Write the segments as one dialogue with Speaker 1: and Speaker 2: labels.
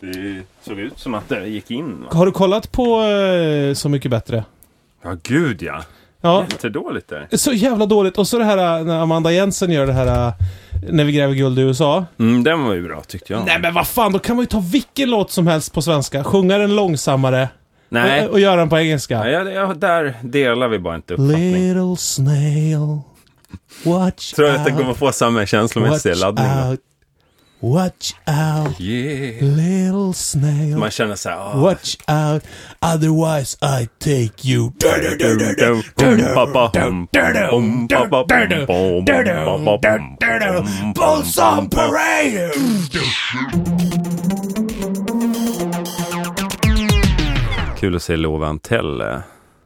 Speaker 1: Det såg ut som att det gick in. Va?
Speaker 2: Har du kollat på eh, Så Mycket Bättre?
Speaker 1: Ja, gud ja.
Speaker 2: Ja.
Speaker 1: Jättedåligt där.
Speaker 2: Så jävla dåligt. Och så det här eh, när Amanda Jensen gör det här eh, När vi gräver guld i USA.
Speaker 1: Mm, den var ju bra tyckte jag.
Speaker 2: Nej men vad fan, då kan man ju ta vilken låt som helst på svenska. Sjunga den långsammare. Eh,
Speaker 1: Nej.
Speaker 2: Och, och göra den på engelska.
Speaker 1: Ja, ja, ja, där delar vi bara inte uppfattning.
Speaker 2: Little snail. Watch
Speaker 1: Tror
Speaker 2: out.
Speaker 1: att det kommer få samma känslomässiga
Speaker 2: Watch
Speaker 1: laddning. va?
Speaker 2: out. Watch out.
Speaker 1: Yeah.
Speaker 2: Little snail.
Speaker 1: Man känner så här... ah.
Speaker 2: Watch out, otherwise I take you. Bulls on parade!
Speaker 1: Kul att se Love Antell. eh.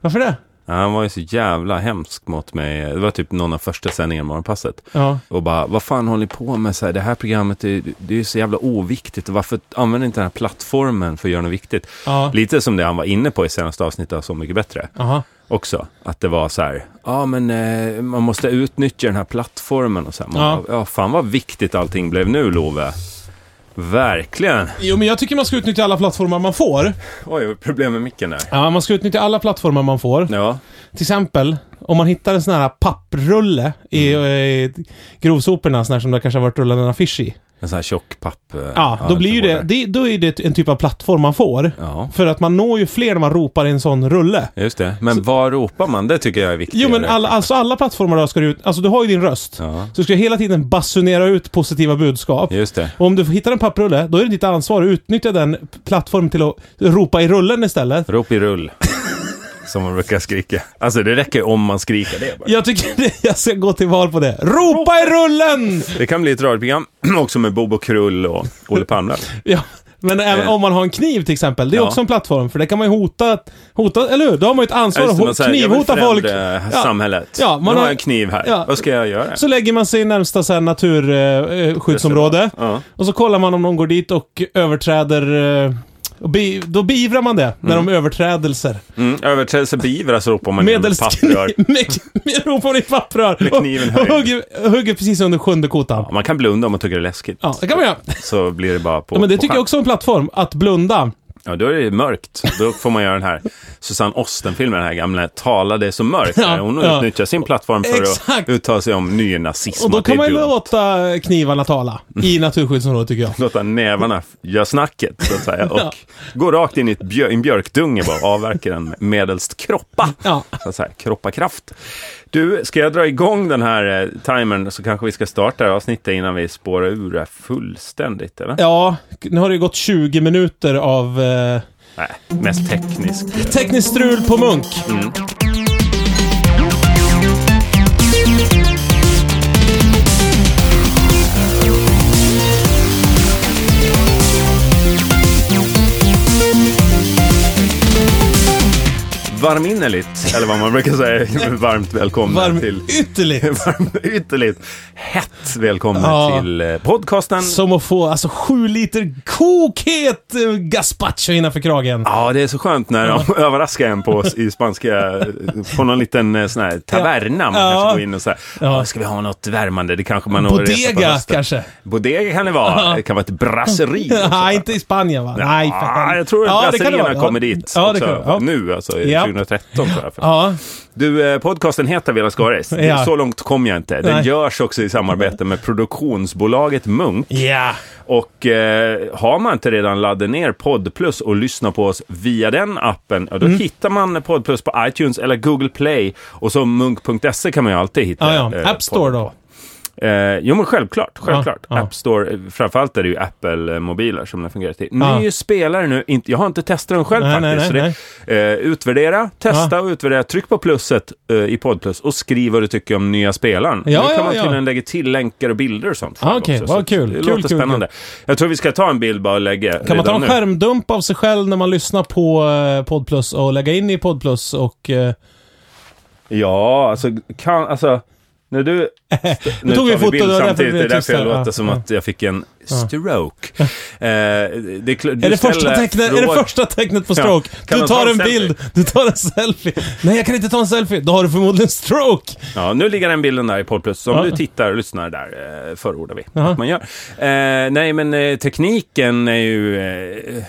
Speaker 2: Varför det?
Speaker 1: Ja, Han var ju så jävla hemsk mot mig. Det var typ någon av första sändningarna i Morgonpasset.
Speaker 2: Ja.
Speaker 1: Och bara, vad fan håller ni på med? Så här, det här programmet är, det är ju så jävla oviktigt. Varför använder ni inte den här plattformen för att göra något viktigt?
Speaker 2: Ja.
Speaker 1: Lite som det han var inne på i senaste avsnittet av Så mycket bättre
Speaker 2: Aha.
Speaker 1: också. Att det var så här, ja men eh, man måste utnyttja den här plattformen och så här. Man,
Speaker 2: Ja.
Speaker 1: ja. fan vad viktigt allting blev nu Love. Verkligen.
Speaker 2: Jo, men jag tycker man ska utnyttja alla plattformar man får.
Speaker 1: Oj, vad problem med micken där.
Speaker 2: Ja, man ska utnyttja alla plattformar man får.
Speaker 1: Ja,
Speaker 2: Till exempel, om man hittar en sån här papprulle i, eh, i grovsoporna, sån här som det kanske har varit rullad en affisch i.
Speaker 1: en sån här tjock papp. eh,
Speaker 2: Ja, då blir ju det,
Speaker 1: borta.
Speaker 2: det, då är det en typ av plattform man får.
Speaker 1: Ja,
Speaker 2: För att man når ju fler när man ropar i en sån rulle.
Speaker 1: just det. Men var ropar man? Det tycker jag är viktigt.
Speaker 2: Jo men alla, alltså alla plattformar då ska du ut, alltså du har ju din röst.
Speaker 1: Ja,
Speaker 2: Så du ska hela tiden basunera ut positiva budskap.
Speaker 1: just det.
Speaker 2: Och om du hittar en papprulle, då är det ditt ansvar att utnyttja den plattformen till att ropa i rullen istället.
Speaker 1: Rop i rull. Som man brukar skrika. Alltså det räcker om man skriker det. Bara.
Speaker 2: Jag tycker det, jag ska gå till val på det. Ropa i rullen!
Speaker 1: Det kan bli ett radioprogram också med Bobo Krull och Olle Palmlöv.
Speaker 2: Ja, men även
Speaker 1: Eh.
Speaker 2: om man har en kniv till exempel, det är
Speaker 1: Ja.
Speaker 2: också en plattform. För det kan man ju hota, hota eller hur? Då har man ju ett ansvar
Speaker 1: Ja, just
Speaker 2: att
Speaker 1: det,
Speaker 2: ho-
Speaker 1: man säger, jag vill
Speaker 2: knivhota folk.
Speaker 1: förändra
Speaker 2: Ja.
Speaker 1: samhället.
Speaker 2: Ja, man
Speaker 1: nu har
Speaker 2: har-
Speaker 1: jag en kniv här.
Speaker 2: Ja.
Speaker 1: Vad ska jag göra?
Speaker 2: Så lägger man sig i närmsta eh, så här, naturskyddsområde.
Speaker 1: Ja.
Speaker 2: Och så kollar man om någon går dit och överträder... eh, Och be, då beivrar man det, när de överträdelser.
Speaker 1: Mm, överträdelse beivras ropar man
Speaker 2: Medelst
Speaker 1: med papprör.
Speaker 2: kniv- med, med ropar i papprör.
Speaker 1: Med kniven
Speaker 2: och, och
Speaker 1: höjd.
Speaker 2: hugger, hugger precis under sjunde kotan.
Speaker 1: Ja, man kan blunda om man tycker det är läskigt.
Speaker 2: Ja, det kan man göra.
Speaker 1: Så blir det bara på
Speaker 2: Ja, men det
Speaker 1: på
Speaker 2: tycker jag
Speaker 1: skärm.
Speaker 2: också är en plattform, att blunda.
Speaker 1: Ja, då är det mörkt. Då får man göra den här Susanne Osten-filmen, den här gamla Talade så mörkt.
Speaker 2: Ja,
Speaker 1: där Hon
Speaker 2: ja.
Speaker 1: utnyttjar sin plattform för
Speaker 2: Exakt.
Speaker 1: att uttala sig om nynazism.
Speaker 2: Och då
Speaker 1: att det
Speaker 2: kan
Speaker 1: är
Speaker 2: man ju
Speaker 1: dumt.
Speaker 2: låta knivarna tala.
Speaker 1: Mm.
Speaker 2: I naturskyddsområdet tycker jag.
Speaker 1: Låta nävarna f- göra snacket, så att säga. Och
Speaker 2: Ja.
Speaker 1: gå rakt in i ett björ- en björkdunge bara och avverka den medelst kroppa.
Speaker 2: Ja.
Speaker 1: så att säga, kroppa kraft. Du, ska jag dra igång den här eh, timern så kanske vi ska starta det här avsnittet innan vi spårar ur det här fullständigt, eller?
Speaker 2: Ja, nu har det ju gått 20 minuter av eh,
Speaker 1: Nej, mest tekniskt.
Speaker 2: tekniskt strul på Munk.
Speaker 1: Mm. Varminnerligt, eller vad man brukar säga. Varmt välkomna
Speaker 2: Varm
Speaker 1: till...
Speaker 2: ytterligt.
Speaker 1: Varmt, ytterligt hett välkomna
Speaker 2: Ja.
Speaker 1: till eh, podcasten.
Speaker 2: Som att få alltså sju liter kokhet eh, gazpacho innanför kragen.
Speaker 1: Ja, det är så skönt när de överraskar en på, i spanska, på någon liten eh, sån här taverna. Man
Speaker 2: Ja.
Speaker 1: kanske går in och säger,
Speaker 2: Ja.
Speaker 1: ska vi ha något värmande? Det kanske man har resa på
Speaker 2: Bodega
Speaker 1: hösten.
Speaker 2: kanske?
Speaker 1: Bodega kan det vara. Det kan vara ett brasseri.
Speaker 2: Nej, inte i Spanien va? Nej, för
Speaker 1: ah,
Speaker 2: fan.
Speaker 1: jag tror att
Speaker 2: Ja, det kan det
Speaker 1: brasserierna
Speaker 2: vara.
Speaker 1: kommer dit
Speaker 2: Ja, det
Speaker 1: också.
Speaker 2: kan det vara. Ja.
Speaker 1: nu, alltså
Speaker 2: Ja.
Speaker 1: 2013 tror jag.
Speaker 2: Ja,
Speaker 1: Du, eh, podcasten heter Vela Skaris. Det-
Speaker 2: Ja.
Speaker 1: Så långt kom jag inte. Den
Speaker 2: Nej.
Speaker 1: görs också i samarbete med produktionsbolaget Munk.
Speaker 2: ja.
Speaker 1: Och eh, har man inte redan laddat ner Poddplus och lyssnat på oss via den appen, ja, då
Speaker 2: Mm.
Speaker 1: hittar man Poddplus på iTunes eller Google Play. Och så munk.se E kan man ju alltid hitta.
Speaker 2: ja, ja.
Speaker 1: eh,
Speaker 2: App Store då.
Speaker 1: Eh, jo, men självklart. självklart.
Speaker 2: Ja, ja.
Speaker 1: App Store, eh, framförallt är det ju Apple-mobiler som den fungerar till. Ny
Speaker 2: Ja.
Speaker 1: spelare nu, inte, jag har inte testat den själv
Speaker 2: Nej,
Speaker 1: faktiskt.
Speaker 2: nej, nej,
Speaker 1: så det, eh, utvärdera, testa och utvärdera. Tryck på plusset eh, i Podplus och skriv vad du tycker om nya spelaren.
Speaker 2: Ja,
Speaker 1: nu kan
Speaker 2: ja,
Speaker 1: man
Speaker 2: ja.
Speaker 1: tydligen lägga till länkar och bilder och sånt.
Speaker 2: Ja,
Speaker 1: själv
Speaker 2: okej,
Speaker 1: också,
Speaker 2: vad
Speaker 1: så
Speaker 2: kul.
Speaker 1: Det
Speaker 2: Kul,
Speaker 1: låter
Speaker 2: kul,
Speaker 1: spännande. Jag tror vi ska ta en bild bara och lägga
Speaker 2: Kan man ta en
Speaker 1: nu.
Speaker 2: skärmdump av sig själv när man lyssnar på eh, Podplus och lägga in i Podplus och... eh,
Speaker 1: Ja, alltså, kan, alltså när du... Nu
Speaker 2: tog vi
Speaker 1: tar
Speaker 2: foto,
Speaker 1: bild
Speaker 2: det var därför
Speaker 1: samtidigt.
Speaker 2: vi
Speaker 1: Det är därför jag
Speaker 2: tystade.
Speaker 1: låter
Speaker 2: Ja,
Speaker 1: som
Speaker 2: ja.
Speaker 1: att jag fick en stroke. Eh, det är, klart- du
Speaker 2: Är det, första
Speaker 1: ställer
Speaker 2: tecknet, är det
Speaker 1: frågor-
Speaker 2: första tecknet på stroke?
Speaker 1: Kan
Speaker 2: Du
Speaker 1: man ta
Speaker 2: tar
Speaker 1: en
Speaker 2: en
Speaker 1: selfie?
Speaker 2: bild, du tar en selfie. Nej, jag kan inte ta en selfie. Då har du förmodligen stroke.
Speaker 1: Ja, nu ligger den bilden där i Podd Plus. Så om
Speaker 2: Ja.
Speaker 1: du tittar och lyssnar där eh, förordar vi
Speaker 2: Jaha.
Speaker 1: att man gör. Eh, nej, men eh, tekniken är ju... Eh,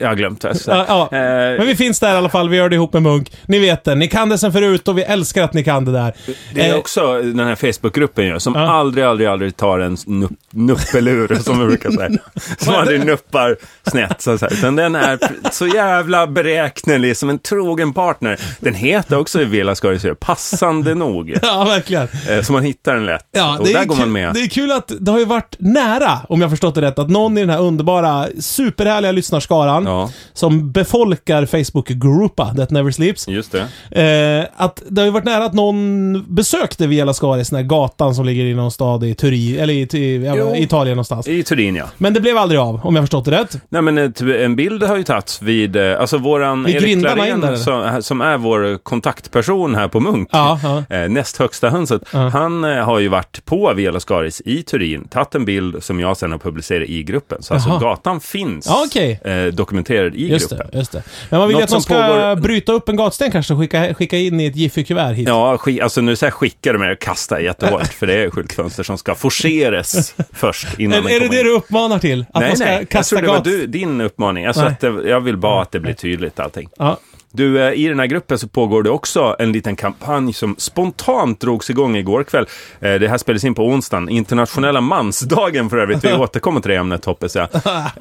Speaker 1: jag har glömt vad jag sa.
Speaker 2: Ja, ja.
Speaker 1: Eh,
Speaker 2: Men vi finns där i alla fall. Vi gör det ihop med Munk. Ni vet det. Ni kan det sen förut och vi älskar att ni kan det där.
Speaker 1: Det är
Speaker 2: Eh,
Speaker 1: också den här Facebookgruppen ju, som
Speaker 2: Ja.
Speaker 1: aldrig, aldrig, aldrig tar en nupp, nuppelur, som vi brukar säga. Som aldrig nuppar snett, så att säga. Utan den är pr- så jävla beräknelig, som en trogen partner. Den heter också Villa Skarisö, passande nog.
Speaker 2: Ja, verkligen.
Speaker 1: Eh, Så man hittar den lätt.
Speaker 2: Ja,
Speaker 1: och
Speaker 2: det,
Speaker 1: där
Speaker 2: är
Speaker 1: går
Speaker 2: kul,
Speaker 1: man med.
Speaker 2: det är kul att det har ju varit nära, om jag förstått det rätt, att någon i den här underbara, superhärliga lyssnarskaran
Speaker 1: Ja,
Speaker 2: som befolkar Facebook-gruppa That Never Sleeps.
Speaker 1: just det. Mm.
Speaker 2: Eh, att det har ju varit nära att någon besökte Via Lascaris, den här gatan som ligger i någon stad i Turin, eller i, i,
Speaker 1: Jo.
Speaker 2: i Italien någonstans.
Speaker 1: I Turin, ja.
Speaker 2: Men det blev aldrig av, om jag förstått det rätt.
Speaker 1: Nej, men ett- en bild har ju tagits vid, eh, alltså våran
Speaker 2: Vid
Speaker 1: Erik
Speaker 2: grindarna in där,
Speaker 1: Klarén,
Speaker 2: eller?
Speaker 1: som, eh, som är vår kontaktperson här på Munk.
Speaker 2: Ja, ja.
Speaker 1: Eh, näst högsta hönset. Han eh, har ju varit på Viola Scaris i Turin, tagit en bild som jag sen har publicerat i gruppen. Så
Speaker 2: Jaha.
Speaker 1: alltså gatan finns
Speaker 2: Ja, okej.
Speaker 1: eh, dokumenterad i
Speaker 2: Just
Speaker 1: gruppen.
Speaker 2: det, just det. Men man vill ju
Speaker 1: Något
Speaker 2: att någon ska
Speaker 1: som pågår-
Speaker 2: bryta upp en gatsten kanske och skicka, skicka in i ett jiffy-kuvert hit.
Speaker 1: Ja, sk- alltså nu säger jag skicka de här och kasta jättehårt, för det är skyltfönster som ska forceras först innan
Speaker 2: Eller
Speaker 1: den
Speaker 2: är det
Speaker 1: kommer
Speaker 2: det
Speaker 1: in.
Speaker 2: du uppmanar till? Att
Speaker 1: Nej,
Speaker 2: man ska
Speaker 1: nej, jag
Speaker 2: kasta
Speaker 1: tror det var
Speaker 2: gat-
Speaker 1: du, din uppmaning. Alltså
Speaker 2: Nej.
Speaker 1: att det, jag vill bara att det blir tydligt allting.
Speaker 2: Ja.
Speaker 1: Du, eh, i den här gruppen så pågår det också en liten kampanj som spontant drogs igång igår kväll. Eh, Det här spelades in på onsdagen, internationella mansdagen för övrigt. Vi återkommer till det ämnet hoppas jag.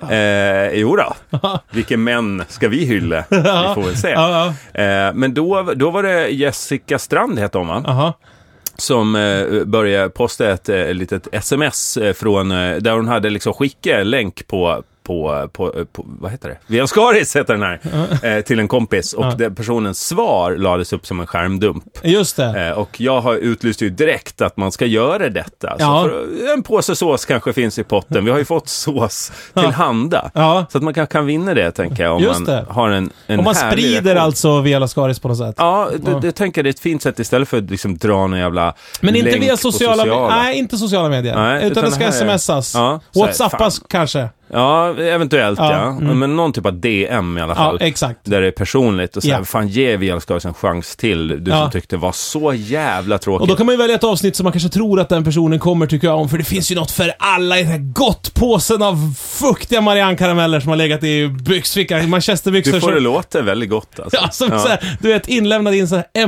Speaker 1: Eh, jo då, vilken män ska vi hylla? Vi får väl se.
Speaker 2: Ja,
Speaker 1: Eh, men då, då var det Jessica Strand, hette hon va?
Speaker 2: Aha.
Speaker 1: som eh, började posta ett eh, litet sms eh, från, eh, där hon hade liksom skickat en länk på på, på, eh, på, vad heter det? Via Skaris heter den här. Eh, till en kompis. Och den personens svar lades upp som en skärmdump.
Speaker 2: Just det.
Speaker 1: Eh, och jag har utlyst ju direkt att man ska göra detta.
Speaker 2: Ja.
Speaker 1: Så för, en påse sås kanske finns i potten. Vi har ju fått sås till handa.
Speaker 2: Ja.
Speaker 1: Så att man kanske kan vinna det, tänker jag. Om
Speaker 2: Just
Speaker 1: man
Speaker 2: det.
Speaker 1: har en, en
Speaker 2: Om man
Speaker 1: härlig
Speaker 2: sprider
Speaker 1: reaktion.
Speaker 2: alltså Via Lascaris på något sätt.
Speaker 1: Ja, det, det tänker jag det är ett fint sätt istället för att liksom dra någon jävla
Speaker 2: Men inte
Speaker 1: länk
Speaker 2: via
Speaker 1: på
Speaker 2: sociala,
Speaker 1: sociala.
Speaker 2: Nej, inte sociala medier.
Speaker 1: Nej,
Speaker 2: utan,
Speaker 1: utan
Speaker 2: det
Speaker 1: det
Speaker 2: ska
Speaker 1: här är-
Speaker 2: smsas.
Speaker 1: Ja, så här,
Speaker 2: Whatsappas kanske.
Speaker 1: Ja, eventuellt
Speaker 2: Ja,
Speaker 1: ja.
Speaker 2: mm.
Speaker 1: Men någon typ av DM i alla
Speaker 2: Ja,
Speaker 1: fall.
Speaker 2: exakt.
Speaker 1: där det är personligt och så
Speaker 2: Ja.
Speaker 1: här, fan ge Via Skaris en chans till, du
Speaker 2: Ja.
Speaker 1: som tyckte var så jävla tråkigt.
Speaker 2: Och då kan man ju välja ett avsnitt som man kanske tror att den personen kommer tycka om, för det finns ju något för alla i den här gottpåsen av fuktiga Marianne-karameller som har legat i byxfickan, Manchesterbyxor.
Speaker 1: du får
Speaker 2: som-
Speaker 1: det låter väldigt gott alltså.
Speaker 2: Ja, som så här, du vet, inlämnad i en sån här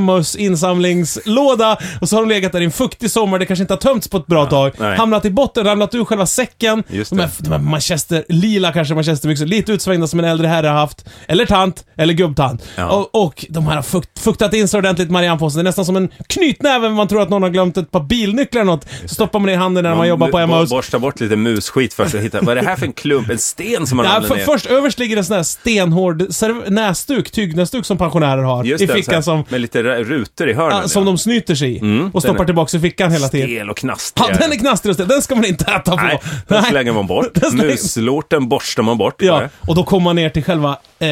Speaker 2: Emmaus-insamlingslåda och så har de legat där i en fuktig sommar, det kanske inte har tömts på ett bra tag.
Speaker 1: nej.
Speaker 2: Hamnat i botten, ramlat ur själva säcken.
Speaker 1: Just
Speaker 2: de, här, de här Manchester, lila kanske manchesterbyxor, lite utsvängda som en äldre herre har haft. Eller tant, eller gubbtant.
Speaker 1: Ja.
Speaker 2: Och, och de här har fukt, fuktat in sig ordentligt Marianne-påsen. Det är nästan som en knytnäve man tror att någon har glömt ett par bilnycklar eller något. Så stoppar man det i handen när man, jobbar på
Speaker 1: bo-
Speaker 2: Emmaus.
Speaker 1: Borsta bort lite musskit först och hitta, vad är det här för en klump? En sten som man
Speaker 2: Ja,
Speaker 1: ramlar
Speaker 2: för,
Speaker 1: ner?
Speaker 2: först överst ligger en sån här stenhård serv- näsduk, tygnäsduk som pensionärer har
Speaker 1: Just
Speaker 2: i
Speaker 1: det, så här,
Speaker 2: fickan som
Speaker 1: Med lite ra- rutor i hörnen.
Speaker 2: Ja, som de snyter sig i och
Speaker 1: Mm, den
Speaker 2: stoppar
Speaker 1: är-
Speaker 2: tillbaka i fickan hela tiden.
Speaker 1: Stel och knastig.
Speaker 2: Ja, den är knastrig och stel. Den ska man inte äta på.
Speaker 1: Nej, den slänger man bort.
Speaker 2: Den slänger-
Speaker 1: Muslorten borstar man bort.
Speaker 2: Ja,
Speaker 1: bara.
Speaker 2: och då kommer man ner till själva, eh,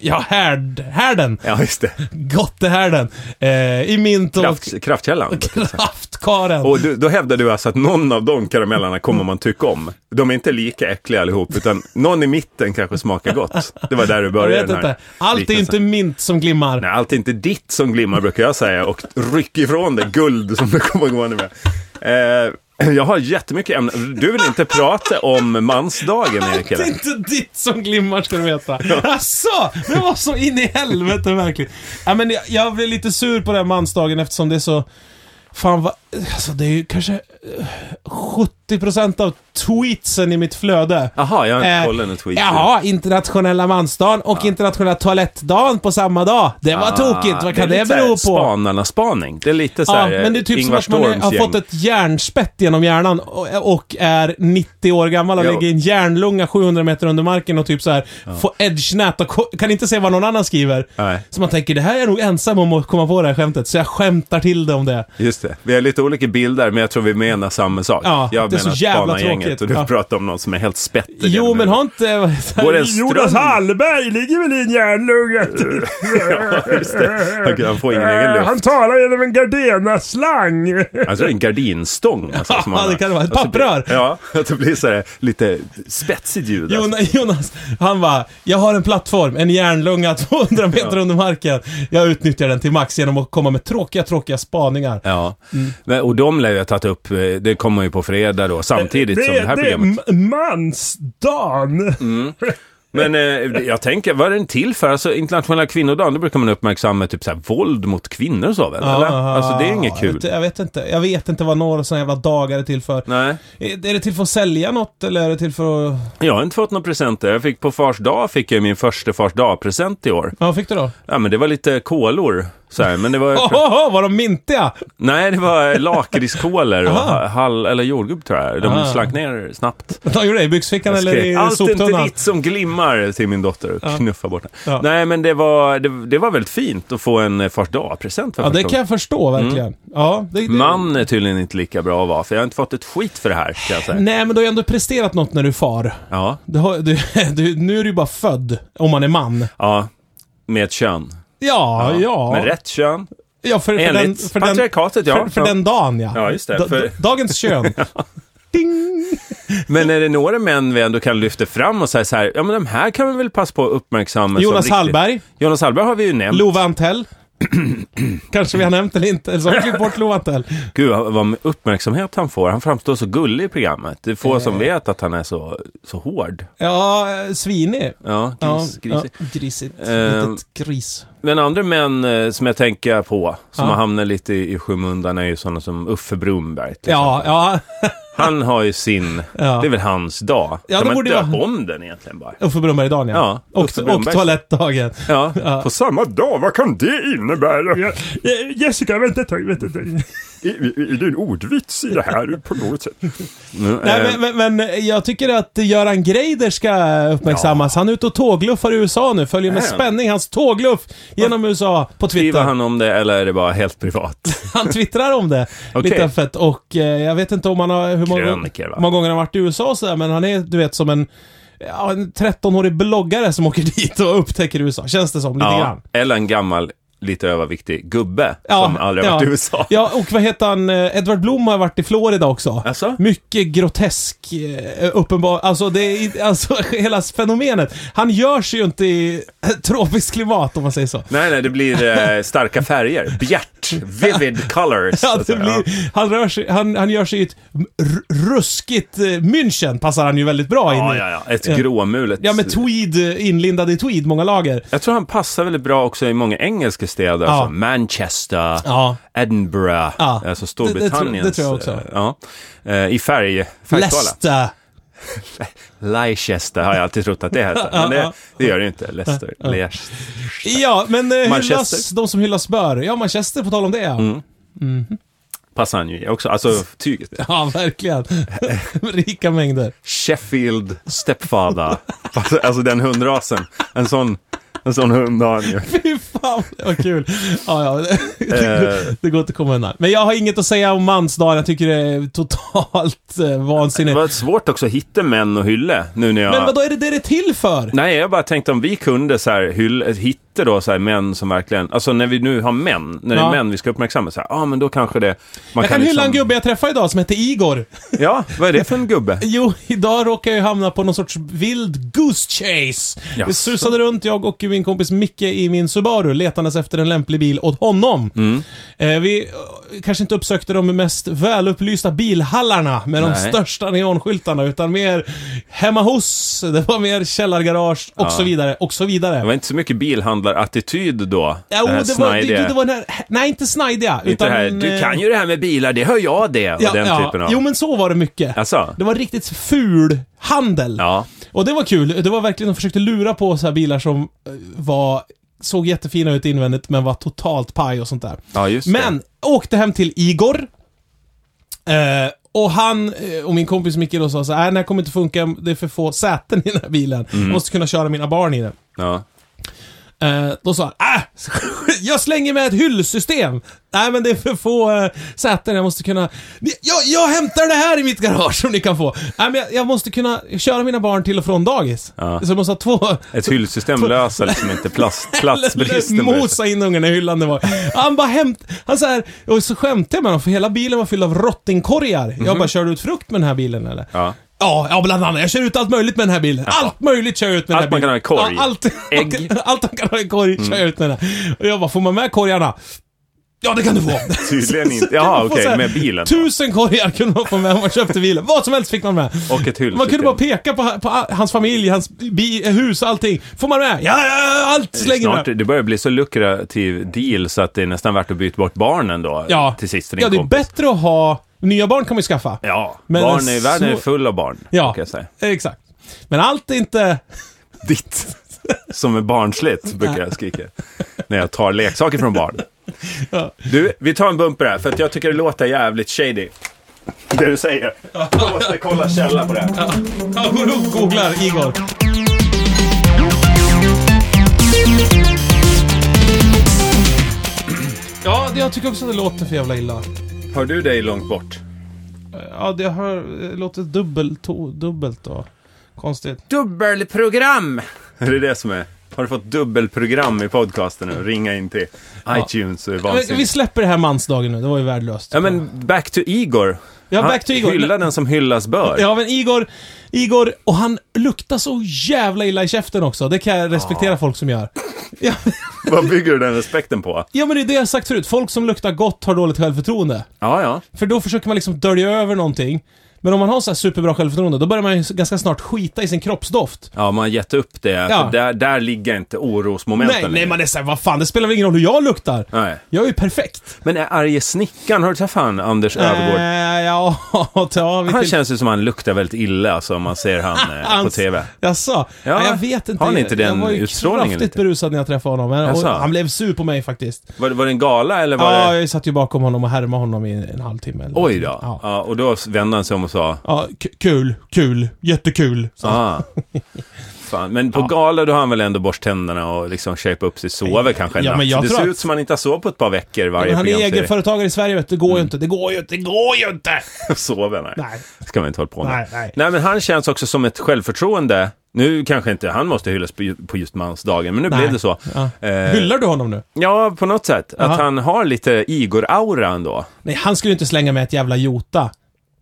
Speaker 2: ja, härd, härden.
Speaker 1: ja just det.
Speaker 2: Gottehärden. Eh, I mint och
Speaker 1: Kraft, kraftkällan.
Speaker 2: kraftkaren.
Speaker 1: Och du, då hävdar du alltså att någon av de karamellerna kommer man tycka om. De är inte lika äckliga allihop, utan någon i mitten kanske smakar gott. Det var där du
Speaker 2: Jag
Speaker 1: började
Speaker 2: vet
Speaker 1: den här
Speaker 2: inte. Allt är ju inte
Speaker 1: liknelsen.
Speaker 2: mint som glimmar.
Speaker 1: Nej, allt är inte ditt som glimmar brukar jag säga och ryck ifrån det guld som du kommer gående med. Eh, jag har jättemycket ämnen. Du vill inte prata om mansdagen, Erik?
Speaker 2: Det är
Speaker 1: Eller?
Speaker 2: inte ditt som glimmar ska du veta. Alltså, det var så in i helvete verkligen. Ja, men jag, jag blev lite sur på den här mansdagen eftersom det är så... Fan vad... Alltså det är ju kanske eh, 70% av tweetsen i mitt flöde.
Speaker 1: Jaha, jag har
Speaker 2: Eh,
Speaker 1: inte kollat något tweet.
Speaker 2: Jaha, internationella mansdagen och internationella toalettdagen på samma dag. Det var
Speaker 1: Ah,
Speaker 2: tokigt. Vad kan det, bero på?
Speaker 1: Spanarnas spaning. Det är lite så
Speaker 2: Ja,
Speaker 1: här eh,
Speaker 2: men det är typ
Speaker 1: Ingvar
Speaker 2: som att man är,
Speaker 1: Storms
Speaker 2: har
Speaker 1: gäng.
Speaker 2: fått ett järnspett genom hjärnan och, och är 90 år gammal och
Speaker 1: Ja.
Speaker 2: ligger i en järnlunga 700 meter under marken och typ så här får edgenät och ko- kan inte se vad någon annan skriver.
Speaker 1: Nej.
Speaker 2: Så man tänker, det här är jag nog ensam om att komma på det här skämtet, så jag skämtar till det om det.
Speaker 1: Just det. Vi är lite olika bilder, men jag tror vi menar samma sak.
Speaker 2: Ja,
Speaker 1: jag
Speaker 2: det är så jävla
Speaker 1: Spanargänget
Speaker 2: tråkigt.
Speaker 1: och du
Speaker 2: Ja.
Speaker 1: pratar om någon som är helt spettig.
Speaker 2: Jo,
Speaker 1: genom
Speaker 2: men
Speaker 1: huvudet.
Speaker 2: har inte... vad heter
Speaker 1: Går det en
Speaker 2: han? Jonas
Speaker 1: ström?
Speaker 2: Hallberg ligger väl i en järnlunga?
Speaker 1: ja, just det. Han, Eh, han får ingen egen luft.
Speaker 2: talar genom en Gardena-slang.
Speaker 1: Alltså det är en gardinstång. Alltså, som
Speaker 2: Ja,
Speaker 1: han har.
Speaker 2: det kan det vara. Ett
Speaker 1: Och så blir-
Speaker 2: papprör.
Speaker 1: Ja, att det blir så här lite spetsigt ljud. alltså.
Speaker 2: Jonas, Jonas, han bara, jag har en plattform, en järnlunga 200 meter under marken. Jag utnyttjar den till max genom att komma med tråkiga, tråkiga spaningar.
Speaker 1: Ja,
Speaker 2: Mm.
Speaker 1: Men, och de lär ju ha tagit upp, eh, det kommer ju på fredag då, samtidigt som det här programmet. Mm.
Speaker 2: mansdagen.
Speaker 1: Men eh, jag tänker, vad är den till för? Alltså internationella kvinnodagen, då brukar man uppmärksamma typ så här, våld mot kvinnor och så väl? eller? Alltså det är inget
Speaker 2: Jag
Speaker 1: kul.
Speaker 2: vet, jag vet inte. Jag vet inte vad några sådana jävla dagar är till för.
Speaker 1: Nej,
Speaker 2: Är är det till för att sälja något eller är det till för att...
Speaker 1: jag har inte fått några presenter. Jag fick på fars dag, fick jag min första fars dag-present i år.
Speaker 2: Ja, fick du då?
Speaker 1: Ja, men det var lite kolor. Så här, men det var...
Speaker 2: Åh, oh, var de mintiga?
Speaker 1: Nej, det var lakritskolor och
Speaker 2: Aha.
Speaker 1: hall eller jordgubb tror jag. De
Speaker 2: Ah.
Speaker 1: slank ner snabbt.
Speaker 2: De gjorde det i byxfickan
Speaker 1: Jag
Speaker 2: eller
Speaker 1: skrek,
Speaker 2: i
Speaker 1: Allt är inte
Speaker 2: soptunnan?
Speaker 1: ditt som glimmar till min dotter och
Speaker 2: Ja.
Speaker 1: knuffa bort den.
Speaker 2: Ja.
Speaker 1: Nej, men det var, det, det var väldigt fint att få en eh, fars dag-present. för
Speaker 2: Ja, det
Speaker 1: första
Speaker 2: kan jag förstå verkligen.
Speaker 1: Mm.
Speaker 2: Ja, det, det...
Speaker 1: Man är tydligen inte lika bra att vara, för jag har inte fått ett skit för det här, kan jag säga.
Speaker 2: Nej, men du har ju ändå presterat något när du är far.
Speaker 1: Ja,
Speaker 2: Du har, du, du, nu är du ju bara född, om man är man.
Speaker 1: ja. Med ett kön.
Speaker 2: Ja, ja.
Speaker 1: Med rätt kön.
Speaker 2: Ja, för, för, den,
Speaker 1: Enligt
Speaker 2: för, den,
Speaker 1: patriarkatet, ja.
Speaker 2: för, för den dagen, ja.
Speaker 1: Ja, just det,
Speaker 2: Da-
Speaker 1: för-
Speaker 2: Dagens kön. Ding!
Speaker 1: Men är det några män vi ändå kan lyfta fram och säga så här, ja men de här kan vi väl passa på att uppmärksamma som
Speaker 2: Jonas
Speaker 1: riktigt-
Speaker 2: Hallberg,
Speaker 1: Jonas Hallberg har vi ju nämnt.
Speaker 2: Love Antell. Kanske vi har nämnt eller inte, eller så har vi klippt bort Love Antell.
Speaker 1: Gud, vad vad uppmärksamhet han får. Han framstår så gullig i programmet. Det är få
Speaker 2: Eh.
Speaker 1: som vet att han är så, så hård.
Speaker 2: Ja, eh, svinig.
Speaker 1: Ja,
Speaker 2: Ja,
Speaker 1: gris, grisig.
Speaker 2: Ja, grisigt.
Speaker 1: Eh,
Speaker 2: Litet gris.
Speaker 1: Men andra män eh, som jag tänker på, som
Speaker 2: Ja.
Speaker 1: har hamnat lite i, i skymundan, är ju sådana som Uffe Brumberg. till
Speaker 2: Ja, ja.
Speaker 1: Han har ju sin,
Speaker 2: Ja.
Speaker 1: det är väl hans dag.
Speaker 2: Ja,
Speaker 1: kan
Speaker 2: det
Speaker 1: man
Speaker 2: borde
Speaker 1: inte döpa
Speaker 2: vara-
Speaker 1: om den egentligen bara?
Speaker 2: Uffe Brunnberg-dagen, ja.
Speaker 1: Ja,
Speaker 2: Och,
Speaker 1: Uffe
Speaker 2: och
Speaker 1: Brunnberg.
Speaker 2: toalettdagen.
Speaker 1: Ja.
Speaker 2: Ja.
Speaker 1: På samma dag, vad kan det innebära?
Speaker 2: Eh, Jessica, vänta ett tag, vänta ett tag.
Speaker 1: Är det en ordvits i det här på något sätt? eh,
Speaker 2: Nej, men, men, men jag tycker att Göran Greider ska uppmärksammas. Han är ute och tågluffar i USA nu. Följer med
Speaker 1: Är han?
Speaker 2: spänning hans tågluff genom USA på Twitter.
Speaker 1: Skriver
Speaker 2: Han...
Speaker 1: han om det eller är det bara helt privat?
Speaker 2: twittrar om det.
Speaker 1: Okej.
Speaker 2: Lite fett. Och eh, jag vet inte om han har, hur många,
Speaker 1: Kröniker, va?
Speaker 2: hur många gånger han har varit i USA och sådär, men han är du vet som en Ja, en 13-årig bloggare som åker dit och upptäcker USA, känns det som. Lite grann.
Speaker 1: Eller en gammal, lite överviktig gubbe som aldrig har varit i USA.
Speaker 2: Ja, och vad heter han? Eh, Edward Blom har varit i Florida också.
Speaker 1: Alltså?
Speaker 2: Mycket grotesk, eh, uppenbar, alltså det är, alltså hela fenomenet. Han gör sig ju inte i tropiskt klimat om man säger så.
Speaker 1: Nej, nej, det blir eh, starka färger. Bjärt, vivid colors. Alltså,
Speaker 2: Ja,
Speaker 1: så
Speaker 2: det
Speaker 1: att säga.
Speaker 2: blir, han, rör sig, han, han gör sig i ett r- ruskigt eh, München, passar han ju väldigt bra in
Speaker 1: ja,
Speaker 2: i.
Speaker 1: ja, ja. Ett gråmulet.
Speaker 2: Ja, med tweed, eh, inlindad i tweed, många lager.
Speaker 1: Jag tror han passar väldigt bra också i många engelska städer,
Speaker 2: Ja.
Speaker 1: som Manchester,
Speaker 2: Ja.
Speaker 1: Edinburgh,
Speaker 2: Ja.
Speaker 1: alltså
Speaker 2: Det- det tror-
Speaker 1: Storbritanniens.
Speaker 2: det tror jag också.
Speaker 1: eh, Ja, eh, I färg, färgskala.
Speaker 2: Leicester.
Speaker 1: Leicester har jag alltid trott att det hette, men det, det gör det ju inte. Leicester. Leicester.
Speaker 2: Ja, men eh, hyllas,
Speaker 1: Manchester. Mm.
Speaker 2: de som hyllas bör. Ja, Manchester på tal om det. ja.
Speaker 1: Passar han ju i också, alltså tyget.
Speaker 2: Ja, verkligen. Rika mängder.
Speaker 1: Sheffield Stepfather, alltså, alltså den hundrasen. En sån, en sån hund har han ju.
Speaker 2: Fy fan, vad kul. Ja, ja.
Speaker 1: Eh.
Speaker 2: Det går inte att komma undan. Men jag har inget att säga om mansdagen. Jag tycker det är totalt eh,
Speaker 1: Det
Speaker 2: vansinnigt.
Speaker 1: var svårt också att hitta män och hylla nu när jag...
Speaker 2: Men vad är det det är till för?
Speaker 1: Nej, jag bara tänkte om vi kunde så här, hyll, hitta då så här män som verkligen, alltså när vi nu har män, när
Speaker 2: Ja.
Speaker 1: det är män vi ska uppmärksamma så här, ja ah, men då kanske det... Man liksom-
Speaker 2: Jag kan hylla en gubbe jag träffade idag som hette Igor.
Speaker 1: Ja, vad är det för en gubbe?
Speaker 2: Jo, idag råkade jag ju hamna på någon sorts vild goose chase. Vi
Speaker 1: Jaså.
Speaker 2: susade runt, jag och min kompis Micke i min Subaru, letandes efter en lämplig bil åt honom. Eh, vi eh, kanske inte uppsökte de mest välupplysta bilhallarna med de
Speaker 1: Nej.
Speaker 2: största neonskyltarna, utan mer hemma hos, det var mer källargarage och så vidare, och så vidare.
Speaker 1: Det var inte så mycket bilhandlarattityd då. eh,
Speaker 2: Ja, och
Speaker 1: här
Speaker 2: det var, det,
Speaker 1: snajdiga.
Speaker 2: jo, det var den här, nej inte snajdiga,
Speaker 1: Inte det här,
Speaker 2: eh,
Speaker 1: du kan ju det här med bilar, det hör jag det. och
Speaker 2: ja,
Speaker 1: den
Speaker 2: ja.
Speaker 1: typen av...
Speaker 2: Jo men så var det mycket.
Speaker 1: Alltså?
Speaker 2: Det var riktigt ful handel.
Speaker 1: Ja.
Speaker 2: Och det var kul. Det var verkligen, de försökte lura på så här bilar som eh, var, såg jättefina ut invändigt men var totalt paj och sånt där.
Speaker 1: ja, just
Speaker 2: Men,
Speaker 1: det.
Speaker 2: åkte hem till Igor. Eh, och han eh, och min kompis Micke då sa så här, "Nej, den här kommer inte funka, det är för få säten i den
Speaker 1: Mm.
Speaker 2: här bilen. Jag måste kunna köra mina barn i den.
Speaker 1: Ja.
Speaker 2: Eh, då sa han, äh, jag slänger med ett hyllsystem. Nej, men det är för få eh, säten. Jag måste kunna... Ni- Jag, jag hämtar det här i mitt garage som ni kan få. Nej, men jag, jag måste kunna köra mina barn till och från dagis.
Speaker 1: Ja.
Speaker 2: Så jag måste ha två...
Speaker 1: Ett hyllsystem löser liksom inte plast, platsbristen.
Speaker 2: Mosa in ungen i hyllan det var. Han bara hämt... Han så här, och så skämtade jag med honom för hela bilen var fylld av rottingkorgar.
Speaker 1: Mhm.
Speaker 2: Jag bara, kör du ut frukt med den här bilen eller?
Speaker 1: Ja.
Speaker 2: Ja, ja, bland annat. Jag kör ut allt möjligt med den här bilen. Allt möjligt kör jag ut med
Speaker 1: Allt
Speaker 2: den
Speaker 1: man
Speaker 2: här
Speaker 1: kan
Speaker 2: bilen.
Speaker 1: ha i korg.
Speaker 2: Ja, allt,
Speaker 1: Ägg. Mm.
Speaker 2: allt man kan ha i korg kör jag ut med den här. Och jag bara, får man med korgarna? Ja, det kan du få.
Speaker 1: Tydligen
Speaker 2: Så
Speaker 1: inte.
Speaker 2: kan
Speaker 1: Jaha,
Speaker 2: man få
Speaker 1: okej,
Speaker 2: så här
Speaker 1: med bilen.
Speaker 2: Tusen korgar kunde man få med om man köpte bilen. Vad som helst fick man med.
Speaker 1: Och ett hyllsystem.
Speaker 2: Man kunde bara peka på, på hans familj, hans bi, hus, allting. Får man med? Ja, ja, ja, allt slänger
Speaker 1: Snart,
Speaker 2: man.
Speaker 1: det börjar bli så lukrativ deal så att det är nästan värt att byta bort barnen då.
Speaker 2: Ja.
Speaker 1: Till sist för din
Speaker 2: Ja, det är
Speaker 1: kompis.
Speaker 2: bättre att ha... Nya barn kan man ju skaffa.
Speaker 1: Ja,
Speaker 2: Men
Speaker 1: barn i
Speaker 2: en
Speaker 1: världen är
Speaker 2: så-
Speaker 1: full av barn.
Speaker 2: Ja,
Speaker 1: Kan jag säga.
Speaker 2: exakt. Men allt är inte...
Speaker 1: Ditt. Som är barnsligt, brukar jag skrika. När jag tar leksaker från barn.
Speaker 2: Ja.
Speaker 1: Du, vi tar en bumper här, för att jag tycker det låter jävligt shady. Det du säger. Jag måste kolla källa på det här.
Speaker 2: Ja, går upp och googlar Igor. Ja, det- jag tycker också att det låter för jävla illa.
Speaker 1: Hör du dig långt bort?
Speaker 2: Ja, det har eh, låtit dubbelt, to- dubbelt och konstigt.
Speaker 1: Dubbelprogram! Är det det som är? Har du fått dubbelprogram i podcasten nu? Ringa in till iTunes och är
Speaker 2: Men, vi
Speaker 1: vansinnigt.
Speaker 2: släpper det här mansdagen nu, det var ju värdelöst.
Speaker 1: Ja men back to Igor.
Speaker 2: Ja,
Speaker 1: Han
Speaker 2: back to Igor.
Speaker 1: Hylla den som hyllas bör.
Speaker 2: Ja, men Igor, Igor, och han luktar så jävla illa i käften också. Det kan jag respektera folk som gör. Ja,
Speaker 1: Vad bygger du den respekten på?
Speaker 2: ja, men det är det jag har sagt förut. Folk som luktar gott har dåligt självförtroende.
Speaker 1: Ja, ja.
Speaker 2: För då försöker man liksom dölja över någonting. Men om man har så här superbra självförtroende, då börjar man ju ganska snart skita i sin kroppsdoft.
Speaker 1: Ja, man har gett upp det.
Speaker 2: Ja.
Speaker 1: För där, där ligger inte orosmomenten
Speaker 2: Nej, nej,
Speaker 1: längre.
Speaker 2: man är såhär, vad fan, det spelar väl ingen roll hur jag luktar?
Speaker 1: nej.
Speaker 2: Jag är ju perfekt.
Speaker 1: Men är arge snickaren, har du träffat han, Anders Öfvergård?
Speaker 2: Eh, ja, ta vi
Speaker 1: Han
Speaker 2: till...
Speaker 1: känns ju som han luktar väldigt illa, alltså, om man ser han eh, på
Speaker 2: Hans-
Speaker 1: TV.
Speaker 2: Jaså? Ja, jag vet inte.
Speaker 1: har ni inte den
Speaker 2: jag var ju
Speaker 1: utstrålningen
Speaker 2: kraftigt
Speaker 1: lite?
Speaker 2: berusad när jag träffade honom. Men, och
Speaker 1: Jaså?
Speaker 2: han blev sur på mig faktiskt.
Speaker 1: Var, var det en gala, eller var
Speaker 2: Ja,
Speaker 1: det...
Speaker 2: jag satt ju bakom honom och härmade honom i en halvtimme. Eller
Speaker 1: Oj då.
Speaker 2: något.
Speaker 1: Ja.
Speaker 2: Ja.
Speaker 1: och då vände han sig om och sa...
Speaker 2: Ja, k- kul, kul, jättekul. Så.
Speaker 1: Ah. Fan. Men på gala, då har han väl ändå borst tänderna och liksom shape upp sig, sover kanske en
Speaker 2: Ja,
Speaker 1: natt.
Speaker 2: men jag
Speaker 1: Det
Speaker 2: tror
Speaker 1: ser
Speaker 2: att-
Speaker 1: ut som han inte har sovit på ett par veckor varje
Speaker 2: Men han är
Speaker 1: programserie.
Speaker 2: egenföretagare i Sverige, vet du. Det går ju inte, det går ju inte, det går ju inte!
Speaker 1: sover, nej.
Speaker 2: Nej.
Speaker 1: Det ska man inte hålla på med.
Speaker 2: Nej, nej.
Speaker 1: men han känns också som ett självförtroende. Nu kanske inte han måste hyllas på ju- på just mansdagen, men nu
Speaker 2: Nej.
Speaker 1: blev det så.
Speaker 2: Ja.
Speaker 1: Eh,
Speaker 2: Hyllar du honom nu?
Speaker 1: ja, på något sätt. Att
Speaker 2: Aha.
Speaker 1: han har lite Igor-aura ändå.
Speaker 2: Nej, han skulle ju inte slänga med ett jävla jota.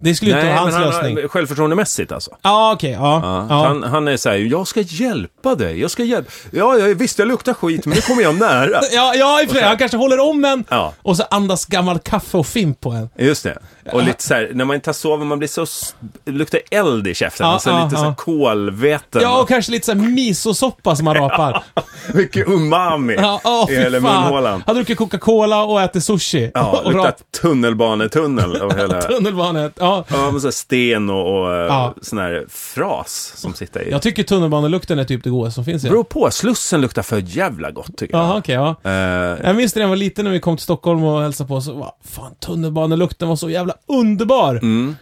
Speaker 2: Det skulle ju inte vara hans
Speaker 1: men han
Speaker 2: lösning.
Speaker 1: har självförtroendemässigt alltså.
Speaker 2: Ja, okej. Ja.
Speaker 1: Ja,
Speaker 2: ja.
Speaker 1: Han, han är såhär, jag ska hjälpa dig, jag ska hjälpa. Ja, jag, visst jag luktar skit, men nu kommer jag nära.
Speaker 2: Ja, ja, i och för sig. Han kanske håller om en
Speaker 1: Ja.
Speaker 2: och så andas gammal kaffe och fimp på en.
Speaker 1: Just det. Och lite såhär, när man inte har sovit, man blir så, s- luktar eld i käften.
Speaker 2: Ja,
Speaker 1: alltså
Speaker 2: ja,
Speaker 1: lite
Speaker 2: ja.
Speaker 1: såhär kolväten.
Speaker 2: Ja, och kanske lite såhär misosoppa som han rapar.
Speaker 1: Mycket umami
Speaker 2: Ja, åh,
Speaker 1: i
Speaker 2: fy
Speaker 1: hela munhålan.
Speaker 2: fan. Han dricker Coca-Cola och äter sushi.
Speaker 1: Ja,
Speaker 2: och
Speaker 1: luktar tunnelbanetunnel av hela...
Speaker 2: tunnelbanet. Ja.
Speaker 1: Ja, men så här sten och, och eh,
Speaker 2: Ja.
Speaker 1: sån här fras som sitter i.
Speaker 2: Jag tycker tunnelbanelukten är typ det godaste som finns i.
Speaker 1: Det beror på, Slussen luktar för jävla gott tycker jag.
Speaker 2: Jaha, okej, ja.
Speaker 1: Eh,
Speaker 2: Jag minns det när jag var liten när vi kom till Stockholm och hälsade på så var fan tunnelbanelukten var så jävla underbar.
Speaker 1: mm.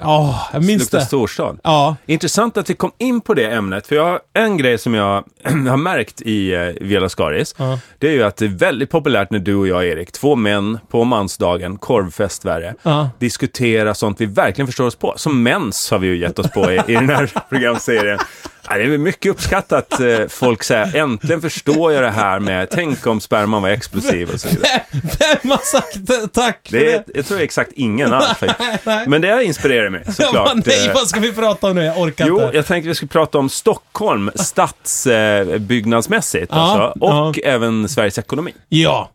Speaker 2: Ja, jag minns
Speaker 1: Luktar
Speaker 2: det.
Speaker 1: storstad.
Speaker 2: Ja,
Speaker 1: Intressant att vi kom in på det ämnet, för jag har en grej som jag har märkt i eh, Viola Skaris.
Speaker 2: Ja.
Speaker 1: Det är ju att det är väldigt populärt när du och jag, Erik, två män på mansdagen, korvfest värre,
Speaker 2: Ja.
Speaker 1: diskutera sånt vi verkligen förstår oss på. Som mens har vi ju gett oss på i, i den här programserien. Ja, det är väl mycket uppskattat eh, folk säger, äntligen förstår jag det här med, tänk om sperman var explosiv och så vidare.
Speaker 2: Vem har sagt det? tack för
Speaker 1: Det
Speaker 2: det?
Speaker 1: är, jag tror exakt ingen alls faktiskt.
Speaker 2: Nej.
Speaker 1: Men det inspirerar mig
Speaker 2: Jag bara,
Speaker 1: såklart.
Speaker 2: nej,
Speaker 1: Eh,
Speaker 2: vad ska vi prata om nu? Jag orkar
Speaker 1: Jo,
Speaker 2: inte.
Speaker 1: jag tänkte vi skulle prata om Stockholm stadsbyggnadsmässigt
Speaker 2: Ja,
Speaker 1: alltså, och även Sveriges ekonomi.
Speaker 2: Ja.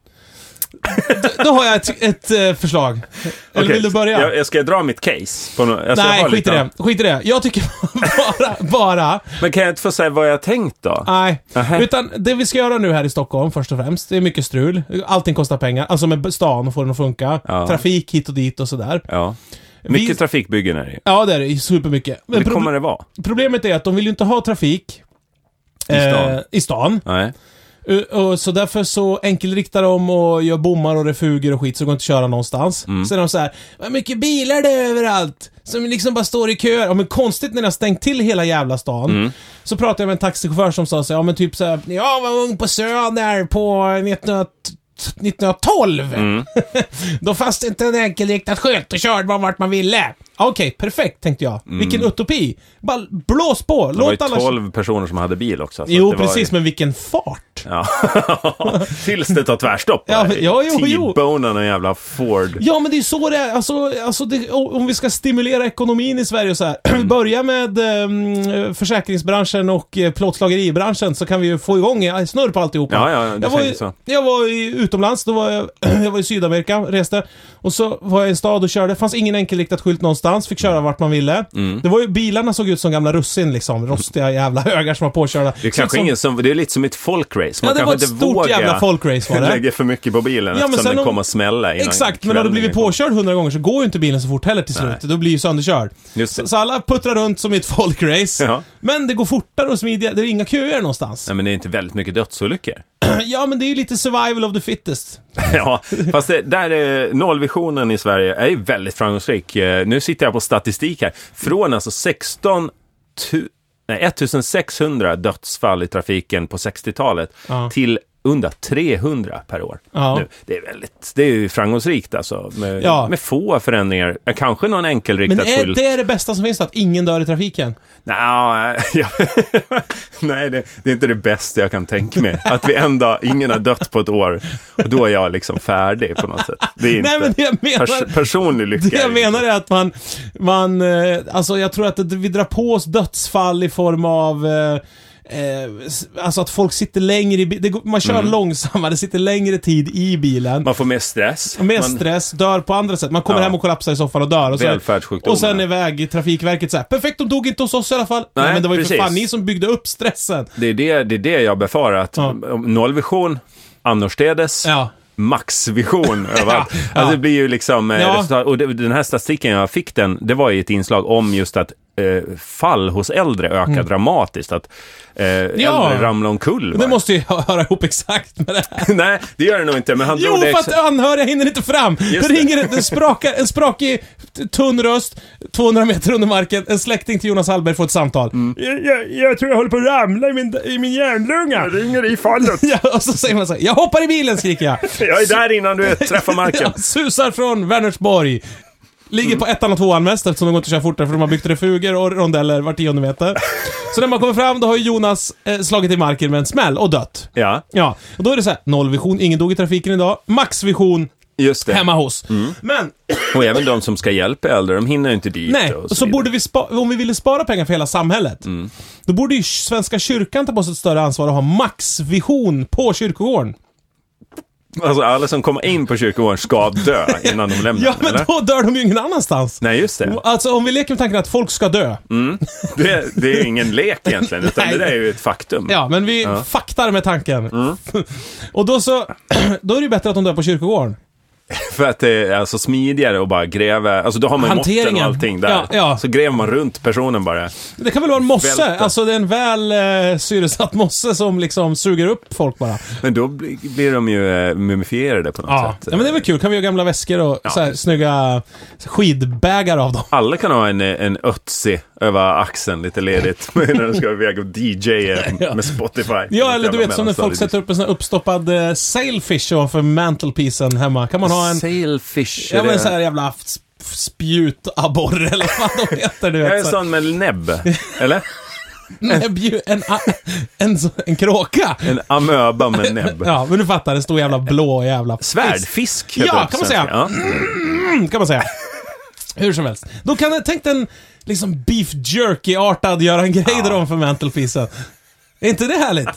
Speaker 2: Då, då har jag ett, ett eh, förslag. Eller
Speaker 1: Okej,
Speaker 2: vill du börja?
Speaker 1: Jag, jag ska dra mitt case. På no alltså, jag
Speaker 2: nej,
Speaker 1: har
Speaker 2: skit i
Speaker 1: lite-
Speaker 2: det. Skit i det. Jag tycker bara, bara,
Speaker 1: Men kan jag inte få säga vad jag tänkt då?
Speaker 2: nej.
Speaker 1: Aha.
Speaker 2: Utan det vi ska göra nu här i Stockholm först och främst, det är mycket strul. Allting kostar pengar. Alltså med stan och få den att funka.
Speaker 1: Ja.
Speaker 2: Trafik hit och dit och sådär.
Speaker 1: Ja. Mycket
Speaker 2: Vi-
Speaker 1: trafikbyggen är det ju.
Speaker 2: Ja, det är det. Supermycket. Men
Speaker 1: Det
Speaker 2: proble-
Speaker 1: kommer det vara.
Speaker 2: problemet är att de vill ju inte ha trafik eh,
Speaker 1: I stan.
Speaker 2: i stan.
Speaker 1: Nej.
Speaker 2: Uh, uh, Så därför så enkelriktar de och gör bommar och refuger och skit så det går inte att köra någonstans.
Speaker 1: Mm.
Speaker 2: Sen är de så här, vad mycket bilar det är överallt! Som liksom bara står i köer. Ja men konstigt när ni har stängt till hela jävla stan.
Speaker 1: Mm.
Speaker 2: Så pratade jag med en taxichaufför som sa så här, ja men typ så här, jag var ung på Söder på 19 1912.
Speaker 1: Mm.
Speaker 2: Då fanns det inte en enkelriktad skylt. Då körde man vart man ville. Okej, perfekt tänkte jag. Vilken utopi. Bara blås på.
Speaker 1: Mm. Det var ju
Speaker 2: Låt alla...
Speaker 1: 12 personer som hade bil också. så att
Speaker 2: Jo,
Speaker 1: det var ju-
Speaker 2: precis. Men vilken fart.
Speaker 1: Ja. Tills det tar tvärstopp.
Speaker 2: Ja,
Speaker 1: bara.
Speaker 2: ja, jo, jo.
Speaker 1: T-bonen och jävla Ford.
Speaker 2: Ja, men det är så det är. Alltså, alltså det, o- om vi ska stimulera ekonomin i Sverige och så här. Börja med ehm, försäkringsbranschen och eh, plåtslageribranschen så kan vi ju få igång eh, snurr på alltihopa.
Speaker 1: Ja, ja, det
Speaker 2: jag, var
Speaker 1: tänkte
Speaker 2: ju,
Speaker 1: så.
Speaker 2: jag var i utomlands, då var jag, jag var i Sydamerika, reste. Och så var jag i en stad och körde. fanns ingen enkelriktad skylt någonstans. Fick köra vart man ville.
Speaker 1: Mm.
Speaker 2: Det var ju, bilarna såg ut som gamla russin liksom. Rostiga jävla högar som var påkörda.
Speaker 1: Det är, kanske ingen som, det är lite som ett folkrace.
Speaker 2: Ja,
Speaker 1: Man
Speaker 2: det
Speaker 1: kanske
Speaker 2: var ett
Speaker 1: inte
Speaker 2: stort
Speaker 1: vågar
Speaker 2: jävla folkrace var det.
Speaker 1: lägga för mycket på bilen
Speaker 2: Ja, men
Speaker 1: eftersom
Speaker 2: sen
Speaker 1: den
Speaker 2: om-
Speaker 1: kommer att smälla innan
Speaker 2: Exakt, men har du
Speaker 1: kvällen
Speaker 2: blivit
Speaker 1: är igång.
Speaker 2: påkörd hundra gånger så går ju inte bilen så fort heller till slut. Då blir ju sönderkörd.
Speaker 1: Just det.
Speaker 2: Så, så alla puttrar runt som i ett folkrace.
Speaker 1: Ja.
Speaker 2: Men det går fortare och smidigare. Det är inga köer någonstans.
Speaker 1: Nej, men det är inte väldigt mycket dödsolyckor.
Speaker 2: Ja, men det är ju lite survival of the fittest.
Speaker 1: Ja, fast det, där är nollvisionen i Sverige är ju väldigt framgångsrik. Eh, Nu sitter jag på statistik här. Från alltså 16 tu, nej, 1600 dödsfall i trafiken på 60-talet
Speaker 2: Ja.
Speaker 1: till under 300 per år.
Speaker 2: Ja.
Speaker 1: Nu. Det, är väldigt, det är ju framgångsrikt alltså. Med,
Speaker 2: Ja.
Speaker 1: med få förändringar. Eh, Kanske någon
Speaker 2: Men
Speaker 1: enkelriktad
Speaker 2: är
Speaker 1: skylt.
Speaker 2: det det bästa som finns då? Att ingen dör i trafiken?
Speaker 1: Nja, ja, nej, det, det är inte det bästa jag kan tänka mig. Att vi en dag, ingen har dött på ett år och då är jag liksom färdig på något sätt. Det är inte...
Speaker 2: Nej, men det jag menar...
Speaker 1: Pers personlig lycka.
Speaker 2: Det jag menar är att man, man, eh, alltså jag tror att det, vi drar på oss dödsfall i form av eh, Eh, s- alltså att folk sitter längre i bi- det går, Man kör
Speaker 1: Mm.
Speaker 2: långsammare, sitter längre tid i bilen.
Speaker 1: Man får mer stress.
Speaker 2: Mer
Speaker 1: man,
Speaker 2: stress, dör på andra sätt. Man kommer
Speaker 1: Ja.
Speaker 2: hem och kollapsar i soffan och dör. Och sen,
Speaker 1: Välfärdssjukdomar.
Speaker 2: och sen iväg Trafikverket så här. Perfekt, de dog inte hos oss i alla fall. Nej,
Speaker 1: Nej,
Speaker 2: men det var ju
Speaker 1: precis.
Speaker 2: för fan ni som byggde upp stressen.
Speaker 1: det, är det, det är det jag befarar. Att
Speaker 2: Ja.
Speaker 1: om- Nollvision, annorstädes.
Speaker 2: Ja.
Speaker 1: Maxvision överallt.
Speaker 2: Ja.
Speaker 1: Alltså det blir ju liksom eh,
Speaker 2: Ja.
Speaker 1: resultat. Och det, den här statistiken jag fick den, det var ju ett inslag om just att eh, fall hos äldre ökar dramatiskt. Att eh, äldre ramlar omkull.
Speaker 2: Mm. Det
Speaker 1: va?
Speaker 2: måste ju höra ihop exakt med det här.
Speaker 1: Nej, det gör det nog inte. Men han
Speaker 2: Jo,
Speaker 1: drog det
Speaker 2: för
Speaker 1: ex-
Speaker 2: att anhöriga hinner inte fram. det
Speaker 1: det.
Speaker 2: ringer det sprakar, en sprakig, t- tunn röst, 200 meter under marken, en släkting till Jonas Hallberg får ett samtal.
Speaker 1: Mm.
Speaker 2: Jag, jag, jag tror jag håller på att ramla i min, i min hjärnlunga.
Speaker 1: ringer i fallet.
Speaker 2: Ja, och så säger man så här, jag hoppar i bilen skriker jag.
Speaker 1: Jag är där innan du träffar marken.
Speaker 2: Ja, susar från Vänersborg. Ligger på ettan och tvåan mest eftersom de går inte att köra fortare för de har byggt refuger och rondeller var tionde meter. Så när man kommer fram då har ju Jonas eh, slagit i marken med en smäll och dött.
Speaker 1: Ja,
Speaker 2: Ja, och då är det så här, nollvision, ingen dog i trafiken idag. Maxvision,
Speaker 1: just det.
Speaker 2: hemma hos. Men,
Speaker 1: Och även de som ska hjälpa äldre, de hinner ju inte dit. och
Speaker 2: nej, så, Mm. så
Speaker 1: vidare.
Speaker 2: borde vi spa- om vi ville spara pengar för hela samhället, då borde ju Svenska kyrkan ta på sig ett större ansvar och ha maxvision på kyrkogården.
Speaker 1: Alltså alla som kommer in på kyrkogården ska dö innan de lämnar
Speaker 2: Ja,
Speaker 1: den,
Speaker 2: men
Speaker 1: eller?
Speaker 2: då dör de ju ingen annanstans.
Speaker 1: Nej, just det.
Speaker 2: Alltså om vi leker med tanken att folk ska dö.
Speaker 1: Det, det är ju ingen lek egentligen, utan
Speaker 2: Nej.
Speaker 1: det där är ju ett faktum.
Speaker 2: Ja, men vi faktar med tanken.
Speaker 1: Mm.
Speaker 2: och då så, då är det ju bättre att de dör på kyrkogården.
Speaker 1: För att det är alltså smidigare att bara gräva, alltså då har man ju måtten och
Speaker 2: Hanteringen.
Speaker 1: allting där.
Speaker 2: Ja, ja.
Speaker 1: Så gräver man runt personen bara.
Speaker 2: Det kan väl vara en mosse,
Speaker 1: Välta.
Speaker 2: alltså det är en väl eh, syresatt mosse som liksom suger upp folk bara.
Speaker 1: Men då bli- blir de ju eh, mumifierade på något
Speaker 2: Ja.
Speaker 1: sätt.
Speaker 2: ja, men det är väl kul. Kan vi göra gamla väskor och så här, snygga skidbägar av dem.
Speaker 1: Alla kan ha en, eh, en ötzi över axeln lite ledigt när de ska iväg och DJa med Spotify.
Speaker 2: Ja, eller du vet som när folk sätter upp en sån här uppstoppad eh, sailfish ovanför mantelpisen hemma. Kan man ha en,
Speaker 1: Sailfish.
Speaker 2: ja
Speaker 1: är
Speaker 2: men
Speaker 1: det-
Speaker 2: en sån här jävla f- spjutabborre eller vad de heter du
Speaker 1: Jag är
Speaker 2: vet.
Speaker 1: en
Speaker 2: så-
Speaker 1: sån med näbb, eller?
Speaker 2: Nej, bju- En, a- en, så- en kråka.
Speaker 1: En amöba med näbb.
Speaker 2: Ja, men du fattar. En stor jävla blå jävla...
Speaker 1: Svärdfisk
Speaker 2: Ja,
Speaker 1: heter det på
Speaker 2: kan man
Speaker 1: svenska.
Speaker 2: säga.
Speaker 1: Ja.
Speaker 2: Mm, kan man säga. Hur som helst. Då kan jag, tänk dig en liksom beef jerky-artad Göran Greider ovanför mantelpisen. Är inte det härligt?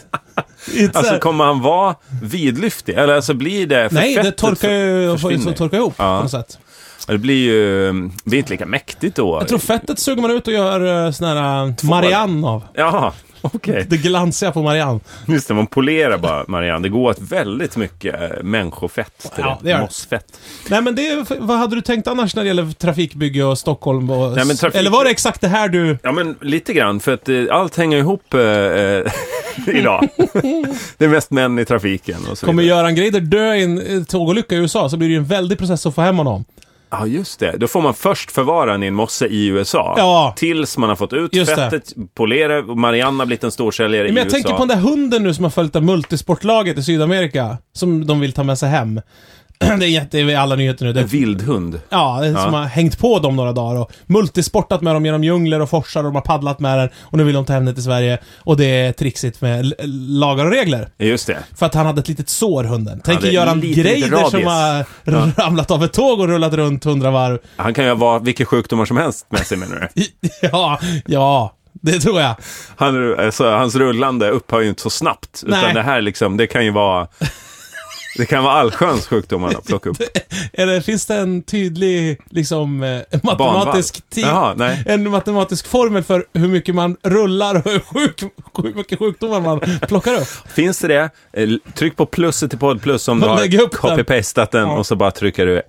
Speaker 2: Inte så
Speaker 1: Alltså
Speaker 2: här-
Speaker 1: kommer han vara vidlyftig? Eller alltså blir det... För
Speaker 2: Nej, det
Speaker 1: fettet
Speaker 2: torkar ju och får
Speaker 1: försvinner.
Speaker 2: så torkar ihop
Speaker 1: Ja.
Speaker 2: på något sätt.
Speaker 1: Det blir ju... mm, Det blir inte lika mäktigt då.
Speaker 2: Jag tror fettet suger man ut och gör eh, sån här eh, Marianne av.
Speaker 1: Jaha, okej.
Speaker 2: Det glansiga på Marianne.
Speaker 1: Just det, man polerar bara Marianne. Det går åt väldigt mycket eh, människofett till
Speaker 2: Ja,
Speaker 1: det.
Speaker 2: det gör det.
Speaker 1: Mossfett.
Speaker 2: Nej men det, är- vad hade du tänkt annars när det gäller trafikbygge och Stockholm och...
Speaker 1: Nej, men trafik-
Speaker 2: Eller var det exakt det här du...
Speaker 1: Ja, men lite grann. För att eh, allt hänger ihop eh, eh, idag. det är mest män i trafiken och så
Speaker 2: Kommer
Speaker 1: vidare.
Speaker 2: Göran Greider dö i en eh, tågolycka i USA så blir det ju en väldig process att få hem honom.
Speaker 1: Ja, just det. Då får man först förvara den i en mosse i USA.
Speaker 2: Ja.
Speaker 1: Tills man har fått ut
Speaker 2: Just det.
Speaker 1: fettet, polera och Marianne har blivit en storsäljare i
Speaker 2: Men jag
Speaker 1: USA.
Speaker 2: tänker på den där hunden nu som har följt det här multisportlaget i Sydamerika. Som de vill ta med sig hem. Det är jätte, i alla nyheter nu. Det
Speaker 1: En vildhund.
Speaker 2: Ja, det är som
Speaker 1: Mm. Ja.
Speaker 2: har hängt på dem några dagar och multisportat med dem genom djungler och forsar och de har paddlat med den och nu vill de ta hem den till Sverige och det är trixigt med l- lagar och regler.
Speaker 1: Just det.
Speaker 2: För att han hade ett litet sår, hunden. Tänk
Speaker 1: Hade
Speaker 2: Göran
Speaker 1: lite, lite
Speaker 2: Greider som
Speaker 1: rabies.
Speaker 2: har ramlat av ett tåg och rullat runt hundra varv.
Speaker 1: Han kan ju ha vilka sjukdomar som helst med sig menar du?
Speaker 2: I- Ja, ja, det tror jag.
Speaker 1: Han, alltså, hans rullande upphör ju inte så snabbt.
Speaker 2: Nej.
Speaker 1: Utan det här liksom, det kan ju vara... Det kan vara allsköns sjukdomar att plocka upp.
Speaker 2: Eller finns det en tydlig, liksom, eh, matematisk tid?
Speaker 1: Jaha, nej.
Speaker 2: En matematisk formel för hur mycket man rullar och hur, sjuk, hur mycket sjukdomar man plockar upp.
Speaker 1: Finns det det, eh, tryck på plusset i podd plus om du
Speaker 2: Lägg
Speaker 1: har
Speaker 2: upp den.
Speaker 1: copy-pastat den
Speaker 2: Ja.
Speaker 1: och så bara trycker du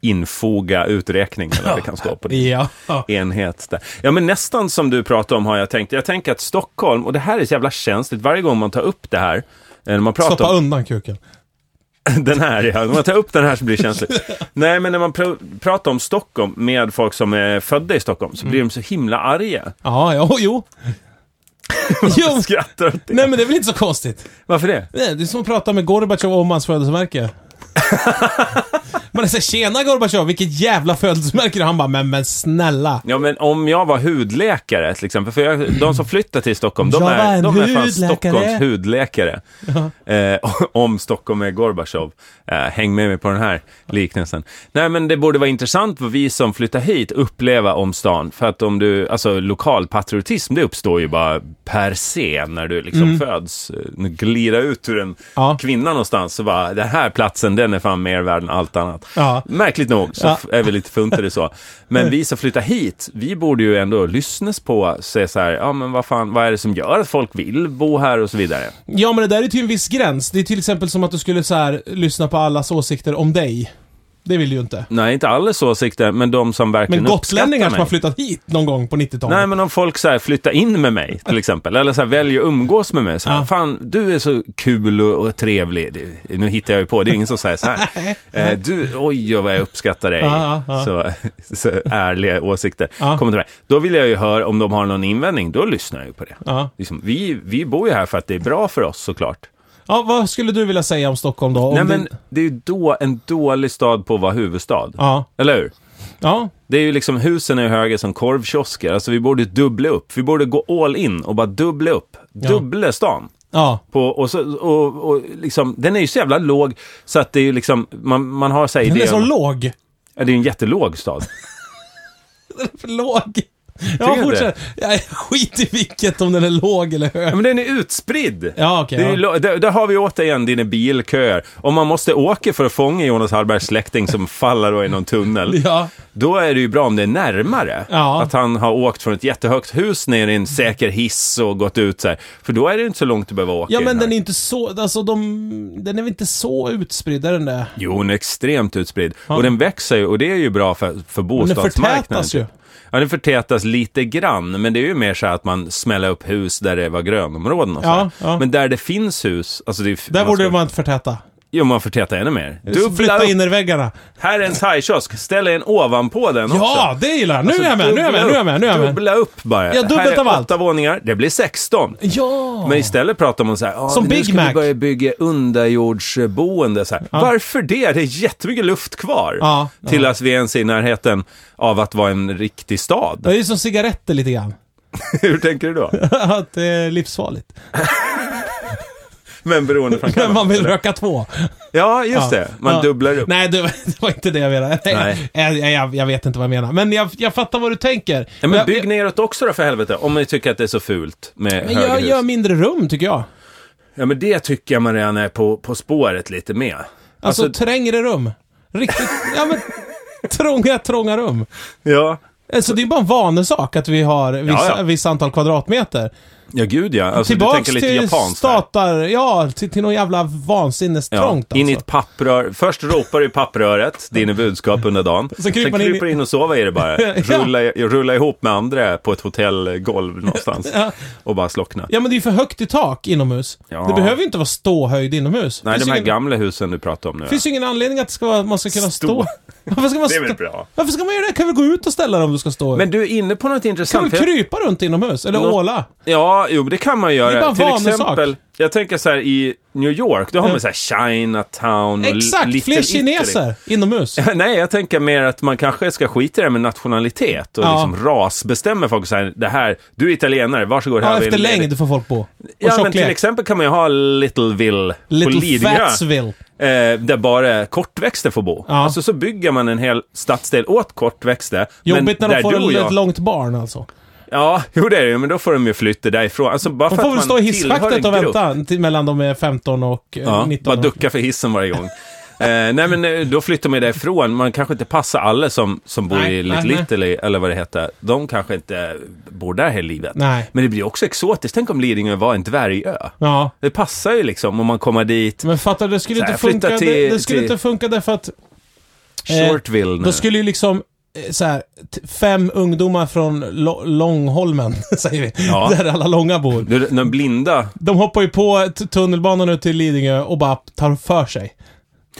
Speaker 1: infoga uträkning. Eller vad det kan stå på din
Speaker 2: Ja.
Speaker 1: enhet. Där. Ja, men nästan som du pratade om har jag tänkt. Jag tänker att Stockholm, och det här är så jävla känsligt varje gång man tar upp det här. eh, När man pratar
Speaker 2: Stoppa
Speaker 1: om
Speaker 2: undan kuken.
Speaker 1: den här, ja. När man tar upp den här så blir det känsligt. Nej, men när man pr- pratar om Stockholm med folk som är födda i Stockholm
Speaker 2: Mm.
Speaker 1: så blir de så himla arga.
Speaker 2: Ja, jo, jo. jo.
Speaker 1: Skrattar åt det.
Speaker 2: Nej men det är väl inte så konstigt?
Speaker 1: Varför det?
Speaker 2: Nej, Det är som att prata med Gorbatjov om hans födelsemärke. Man säger tjena Gorbatjov, vilket jävla födelsemärke Och Han bara, men, men snälla.
Speaker 1: Ja, men om jag var hudläkare till exempel, för jag, de som flyttar till Stockholm, de
Speaker 2: Jag var
Speaker 1: är,
Speaker 2: en
Speaker 1: de är fan
Speaker 2: hudläkare.
Speaker 1: Stockholms hudläkare. Eh, om Stockholm är Gorbachev. Eh, häng med mig på den här liknelsen. Nej, men det borde vara intressant för vi som flyttar hit uppleva om stan, för att om du, alltså lokalpatriotism, det uppstår ju bara per se när du liksom föds. Eh, Glida ut ur en
Speaker 2: Mm. Ja.
Speaker 1: kvinna någonstans, så bara, den här platsen, den är fan mer värd än allt annat.
Speaker 2: Ja.
Speaker 1: Märkligt nog så
Speaker 2: Ja.
Speaker 1: f- är vi lite funtade så. Men vi som flyttar hit, vi borde ju ändå lyssnas på, säga så här, ja men vad fan, vad är det som gör att folk vill bo här och så vidare.
Speaker 2: Ja men det där är till en viss gräns. Det är till exempel som att du skulle så här lyssna på allas åsikter om dig. Det vill du ju inte.
Speaker 1: Nej, inte allas åsikter, men de som verkligen
Speaker 2: Men gotlänningar som
Speaker 1: uppskattar
Speaker 2: har
Speaker 1: mig.
Speaker 2: flyttat hit någon gång på 90-talet.
Speaker 1: Nej, men om folk så här flyttar in med mig till exempel, eller så här väljer att umgås med mig. Så här,
Speaker 2: Ja.
Speaker 1: Fan, du är så kul och, och trevlig. Det, nu hittar jag ju på, det är ingen som säger så här. Eh, du, oj, vad jag uppskattar dig.
Speaker 2: Ja, ja, ja.
Speaker 1: Så, så ärliga åsikter.
Speaker 2: Ja.
Speaker 1: Kommer till mig. Då vill jag ju höra om de har någon invändning, då lyssnar jag ju på det.
Speaker 2: Ja.
Speaker 1: Liksom, vi, vi bor ju här för att det är bra för oss såklart.
Speaker 2: ja, vad skulle du vilja säga om Stockholm då? Om
Speaker 1: Nej,
Speaker 2: det-
Speaker 1: men det är ju då en dålig stad på att vara huvudstad.
Speaker 2: Ja.
Speaker 1: Eller hur?
Speaker 2: Ja.
Speaker 1: Det är ju liksom, husen är ju höga som korvkiosker. Alltså vi borde dubbla upp. Vi borde gå all in och bara dubbla upp. Dubbla stan.
Speaker 2: Ja.
Speaker 1: På, och så, och, och liksom, den är ju så jävla låg så att det är ju liksom, man, man har så här
Speaker 2: Den är
Speaker 1: idéer
Speaker 2: så
Speaker 1: om-
Speaker 2: låg.
Speaker 1: Ja, det är en jättelåg stad.
Speaker 2: för låg?
Speaker 1: Tycker
Speaker 2: Ja,
Speaker 1: du
Speaker 2: fortsätt. Ja, skit i vilket om den är låg eller hög.
Speaker 1: Ja, men den är utspridd.
Speaker 2: Ja, okej,
Speaker 1: Det är ju
Speaker 2: ja.
Speaker 1: lo- där, där har vi återigen dina bilköer. Om man måste åka för att fånga Jonas Hallbergs släkting som faller då i någon tunnel,
Speaker 2: Ja.
Speaker 1: då är det ju bra om det är närmare.
Speaker 2: Ja.
Speaker 1: Att han har åkt från ett jättehögt hus ner i en säker hiss och gått ut så här. För då är det inte så långt du behöver åka.
Speaker 2: Ja,
Speaker 1: i
Speaker 2: men
Speaker 1: här.
Speaker 2: den är inte så, alltså de, den är väl inte så utspridd, är den där?
Speaker 1: Jo, den är extremt utspridd. Och den växer ju och det är ju bra för, för
Speaker 2: den
Speaker 1: bostadsmarknaden.
Speaker 2: förtätas ju.
Speaker 1: Ja, den förtätas lite grann, men det är ju mer så här att man smäller upp hus där det var grönområden och så
Speaker 2: Ja,
Speaker 1: här.
Speaker 2: ja.
Speaker 1: Men där det finns hus, alltså det är,
Speaker 2: Där
Speaker 1: man
Speaker 2: borde
Speaker 1: ska-
Speaker 2: man inte förtäta.
Speaker 1: Jo, man förtätar ännu mer. Dubbla
Speaker 2: Flytta
Speaker 1: upp.
Speaker 2: innerväggarna.
Speaker 1: Här är en thaikiosk, ställ en ovanpå den
Speaker 2: Ja,
Speaker 1: också. Alltså,
Speaker 2: det gillar jag. Nu är jag med, nu är jag med, nu är jag med, nu är jag med.
Speaker 1: Dubbla upp bara.
Speaker 2: Ja, dubbelt
Speaker 1: här är
Speaker 2: av allt.
Speaker 1: åtta våningar, det blir 16.
Speaker 2: Ja!
Speaker 1: Men istället pratar man så här, ah,
Speaker 2: Som
Speaker 1: nu
Speaker 2: Big
Speaker 1: ska
Speaker 2: Mac.
Speaker 1: vi börja bygga underjordsboende. Så här. Varför det? Det är jättemycket luft kvar.
Speaker 2: Ja,
Speaker 1: till att vi ens är i närheten av att vara en riktig
Speaker 2: Det
Speaker 1: stad.
Speaker 2: är ju som cigaretter lite grann.
Speaker 1: Hur tänker du då?
Speaker 2: Att det är livsfarligt.
Speaker 1: Men beroende från
Speaker 2: Men
Speaker 1: Kanada.
Speaker 2: man vill röka två.
Speaker 1: Ja, just
Speaker 2: Ja.
Speaker 1: det. Man
Speaker 2: Ja.
Speaker 1: dubblar upp.
Speaker 2: Nej, det, var- det var inte det jag menade.
Speaker 1: Nej.
Speaker 2: Jag, jag- jag, jag vet inte vad jag menar. Men jag, jag fattar vad du tänker.
Speaker 1: Ja, men
Speaker 2: jag,
Speaker 1: bygg neråt också då för helvete, om ni tycker att det är så fult med
Speaker 2: men jag
Speaker 1: höghus.
Speaker 2: gör mindre rum, tycker jag.
Speaker 1: Ja, men det tycker jag man redan är på, på spåret lite med.
Speaker 2: Alltså,
Speaker 1: Alltså-
Speaker 2: trängre rum. Riktigt, ja men trånga, trånga rum.
Speaker 1: Ja.
Speaker 2: Alltså det är bara en vanesak att vi har vissa,
Speaker 1: ja.
Speaker 2: vissa antal kvadratmeter.
Speaker 1: Ja, gud ja. Alltså, du
Speaker 2: Tillbaks
Speaker 1: tänker lite
Speaker 2: till
Speaker 1: japanskt här.
Speaker 2: statar, ja, till, till något jävla vansinnestrångt
Speaker 1: Ja,
Speaker 2: alltså.
Speaker 1: In i ett papprör. Först ropar du i pappröret, dina budskap under dagen.
Speaker 2: Sen kryper
Speaker 1: Sen
Speaker 2: man in i-
Speaker 1: kryper du in och sover i det bara.
Speaker 2: Ja.
Speaker 1: Rulla, rulla ihop med andra på ett hotellgolv någonstans.
Speaker 2: Ja.
Speaker 1: Och bara slockna.
Speaker 2: Ja men det är ju för högt i tak inomhus.
Speaker 1: Ja.
Speaker 2: Det behöver ju inte vara ståhöjd inomhus.
Speaker 1: Nej,
Speaker 2: finns
Speaker 1: de här
Speaker 2: ju ingen,
Speaker 1: gamla husen du pratar om nu.
Speaker 2: finns ju ingen anledning att det ska vara, man ska kunna
Speaker 1: Stå.
Speaker 2: stå. Varför ska man
Speaker 1: Det är väl
Speaker 2: stå?
Speaker 1: bra.
Speaker 2: Varför ska man göra det? Kan vi gå ut och ställa dig om du ska stå?
Speaker 1: Men du är inne på något
Speaker 2: kan
Speaker 1: intressant.
Speaker 2: väl krypa runt inomhus? Eller
Speaker 1: Nå-
Speaker 2: åla?
Speaker 1: Ja, jo, det kan man göra.
Speaker 2: Det är bara en
Speaker 1: Till
Speaker 2: vanlig
Speaker 1: exempel, jag tänker så här i New York, då har
Speaker 2: Ja.
Speaker 1: man så här Chinatown och
Speaker 2: Exakt!
Speaker 1: Little
Speaker 2: Fler
Speaker 1: Italy.
Speaker 2: kineser inomhus.
Speaker 1: Nej, jag tänker mer att man kanske ska skita i det här med nationalitet och
Speaker 2: Ja.
Speaker 1: liksom ras. Bestämmer folk så här, det här, du är italienare, varsågod här
Speaker 2: Ja,
Speaker 1: har vi
Speaker 2: efter
Speaker 1: en ledig-
Speaker 2: längd får folk bo. Och
Speaker 1: Ja, men
Speaker 2: tjocklek.
Speaker 1: till exempel kan man ju ha Littleville på
Speaker 2: Little
Speaker 1: Lidingö.
Speaker 2: Fatsville.
Speaker 1: Eh, där bara kortväxter får bo.
Speaker 2: Ja.
Speaker 1: Alltså så bygger man en hel stadsdel åt kortväxter.
Speaker 2: Jobbigt när
Speaker 1: där
Speaker 2: de får
Speaker 1: du och
Speaker 2: ett
Speaker 1: jag-
Speaker 2: långt barn alltså.
Speaker 1: Ja, jo det är det ju, men då får de ju flytta därifrån. Alltså bara
Speaker 2: De
Speaker 1: för
Speaker 2: får
Speaker 1: att
Speaker 2: väl
Speaker 1: man
Speaker 2: stå i
Speaker 1: tillhör en
Speaker 2: hisschaktet och
Speaker 1: grupp.
Speaker 2: vänta till, mellan de är 15 och eh,
Speaker 1: Ja,
Speaker 2: 19.
Speaker 1: bara ducka för hissen varje gång. eh, nej men eh, då flyttar man ju därifrån. Man kanske inte passar alla som, som bor
Speaker 2: Nej,
Speaker 1: i
Speaker 2: nej,
Speaker 1: Little
Speaker 2: nej.
Speaker 1: Italy, eller vad det heter. De kanske inte bor där hela livet.
Speaker 2: Nej.
Speaker 1: Men det blir ju också exotiskt. Tänk om Lidingö var en dvärgö.
Speaker 2: Ja.
Speaker 1: Det passar ju liksom om man kommer dit.
Speaker 2: Men fattar du, det skulle
Speaker 1: Så här,
Speaker 2: inte funka.
Speaker 1: flytta till-
Speaker 2: det, det skulle
Speaker 1: till-
Speaker 2: inte funka därför att Eh,
Speaker 1: Shortville nu.
Speaker 2: Då skulle ju liksom eh, så här, t- fem ungdomar från Lo- Långholmen, säger vi,
Speaker 1: Ja.
Speaker 2: där alla långa bor.
Speaker 1: Du, Den blinda.
Speaker 2: De hoppar ju på t- tunnelbanan ut till Lidingö och bara tar för sig.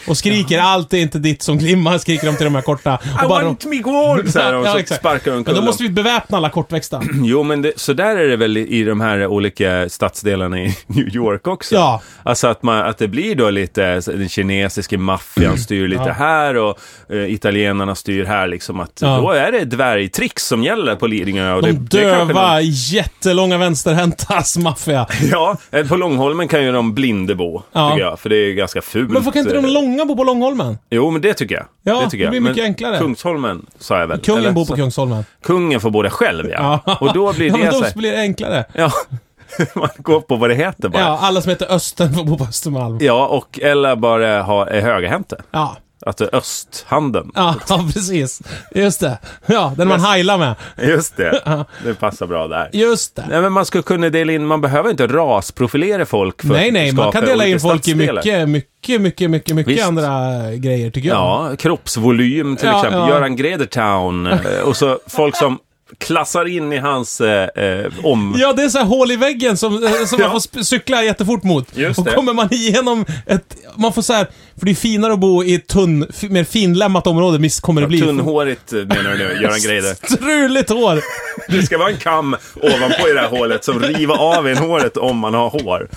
Speaker 2: Och skriker allt är inte ditt som glimmar, skriker de till de här korta.
Speaker 1: I
Speaker 2: Och bara
Speaker 1: want me gold! Så här, och
Speaker 2: Ja,
Speaker 1: så
Speaker 2: exakt.
Speaker 1: sparkar de
Speaker 2: Men då
Speaker 1: kullen.
Speaker 2: måste vi beväpna alla kortväxta.
Speaker 1: Jo, men det, så där är det väl i, i de här olika stadsdelarna i New York också.
Speaker 2: Ja.
Speaker 1: Alltså att, man, att det blir då lite, så- den kinesiska maffian styr lite
Speaker 2: Mm. Ja.
Speaker 1: här och eh, italienarna styr här liksom. Att
Speaker 2: Ja.
Speaker 1: Då är det dvärgtricks som gäller på Lidingö. Och
Speaker 2: De
Speaker 1: det, det är kanske
Speaker 2: döva, jättelånga vänsterhäntas maffia.
Speaker 1: någon- ja, eh, på Långholmen kan ju de blinde bo,
Speaker 2: Ja.
Speaker 1: tycker jag. För det är ju ganska fult. Eh,
Speaker 2: Men varför kan inte de långa bo på Långholmen?
Speaker 1: Jo, men det tycker jag.
Speaker 2: Ja,
Speaker 1: det, tycker
Speaker 2: det blir
Speaker 1: jag.
Speaker 2: mycket
Speaker 1: men
Speaker 2: enklare.
Speaker 1: Kungsholmen, sa jag väl? Eller?
Speaker 2: Kungen bor
Speaker 1: Så-
Speaker 2: på Kungsholmen.
Speaker 1: Kungen får bo där själv, ja.
Speaker 2: Ja.
Speaker 1: Och då blir
Speaker 2: Ja,
Speaker 1: det
Speaker 2: men
Speaker 1: så
Speaker 2: då
Speaker 1: här-
Speaker 2: blir det enklare.
Speaker 1: Ja, man går på vad det heter bara.
Speaker 2: Ja, alla som heter Östen får bo på Östermalm.
Speaker 1: Ja, och eller bara ha är högerhänte.
Speaker 2: Ja.
Speaker 1: Att det är östhanden.
Speaker 2: Ja, ja, precis. Just det. Ja, den man heilar med.
Speaker 1: Just det. Det passar bra där.
Speaker 2: Just det.
Speaker 1: Nej, men man ska kunna dela in, man behöver inte rasprofilera folk för
Speaker 2: Nej,
Speaker 1: att
Speaker 2: nej, man
Speaker 1: skapa
Speaker 2: kan dela in
Speaker 1: olika
Speaker 2: folk i
Speaker 1: stadsdelar.
Speaker 2: mycket, mycket, mycket, mycket, mycket
Speaker 1: Visst.
Speaker 2: andra grejer tycker jag.
Speaker 1: Ja, kroppsvolym till
Speaker 2: Ja,
Speaker 1: exempel.
Speaker 2: ja.
Speaker 1: Göran Gredertown. eh, Och så folk som klassar in i hans eh, eh, om...
Speaker 2: Ja, det är så här hål i väggen som, eh, som
Speaker 1: Ja.
Speaker 2: man får sp- cykla jättefort mot.
Speaker 1: Just
Speaker 2: och
Speaker 1: det.
Speaker 2: kommer man igenom ett... Man får så här... För det är finare att bo i ett tunn, f- mer finlämmat område, miss kommer det bli.
Speaker 1: Tunnhårigt eh, menar du nu, Göran Greider.
Speaker 2: Struligt hår!
Speaker 1: Det ska vara en kam ovanpå i det här hålet som river av en håret om man har hår.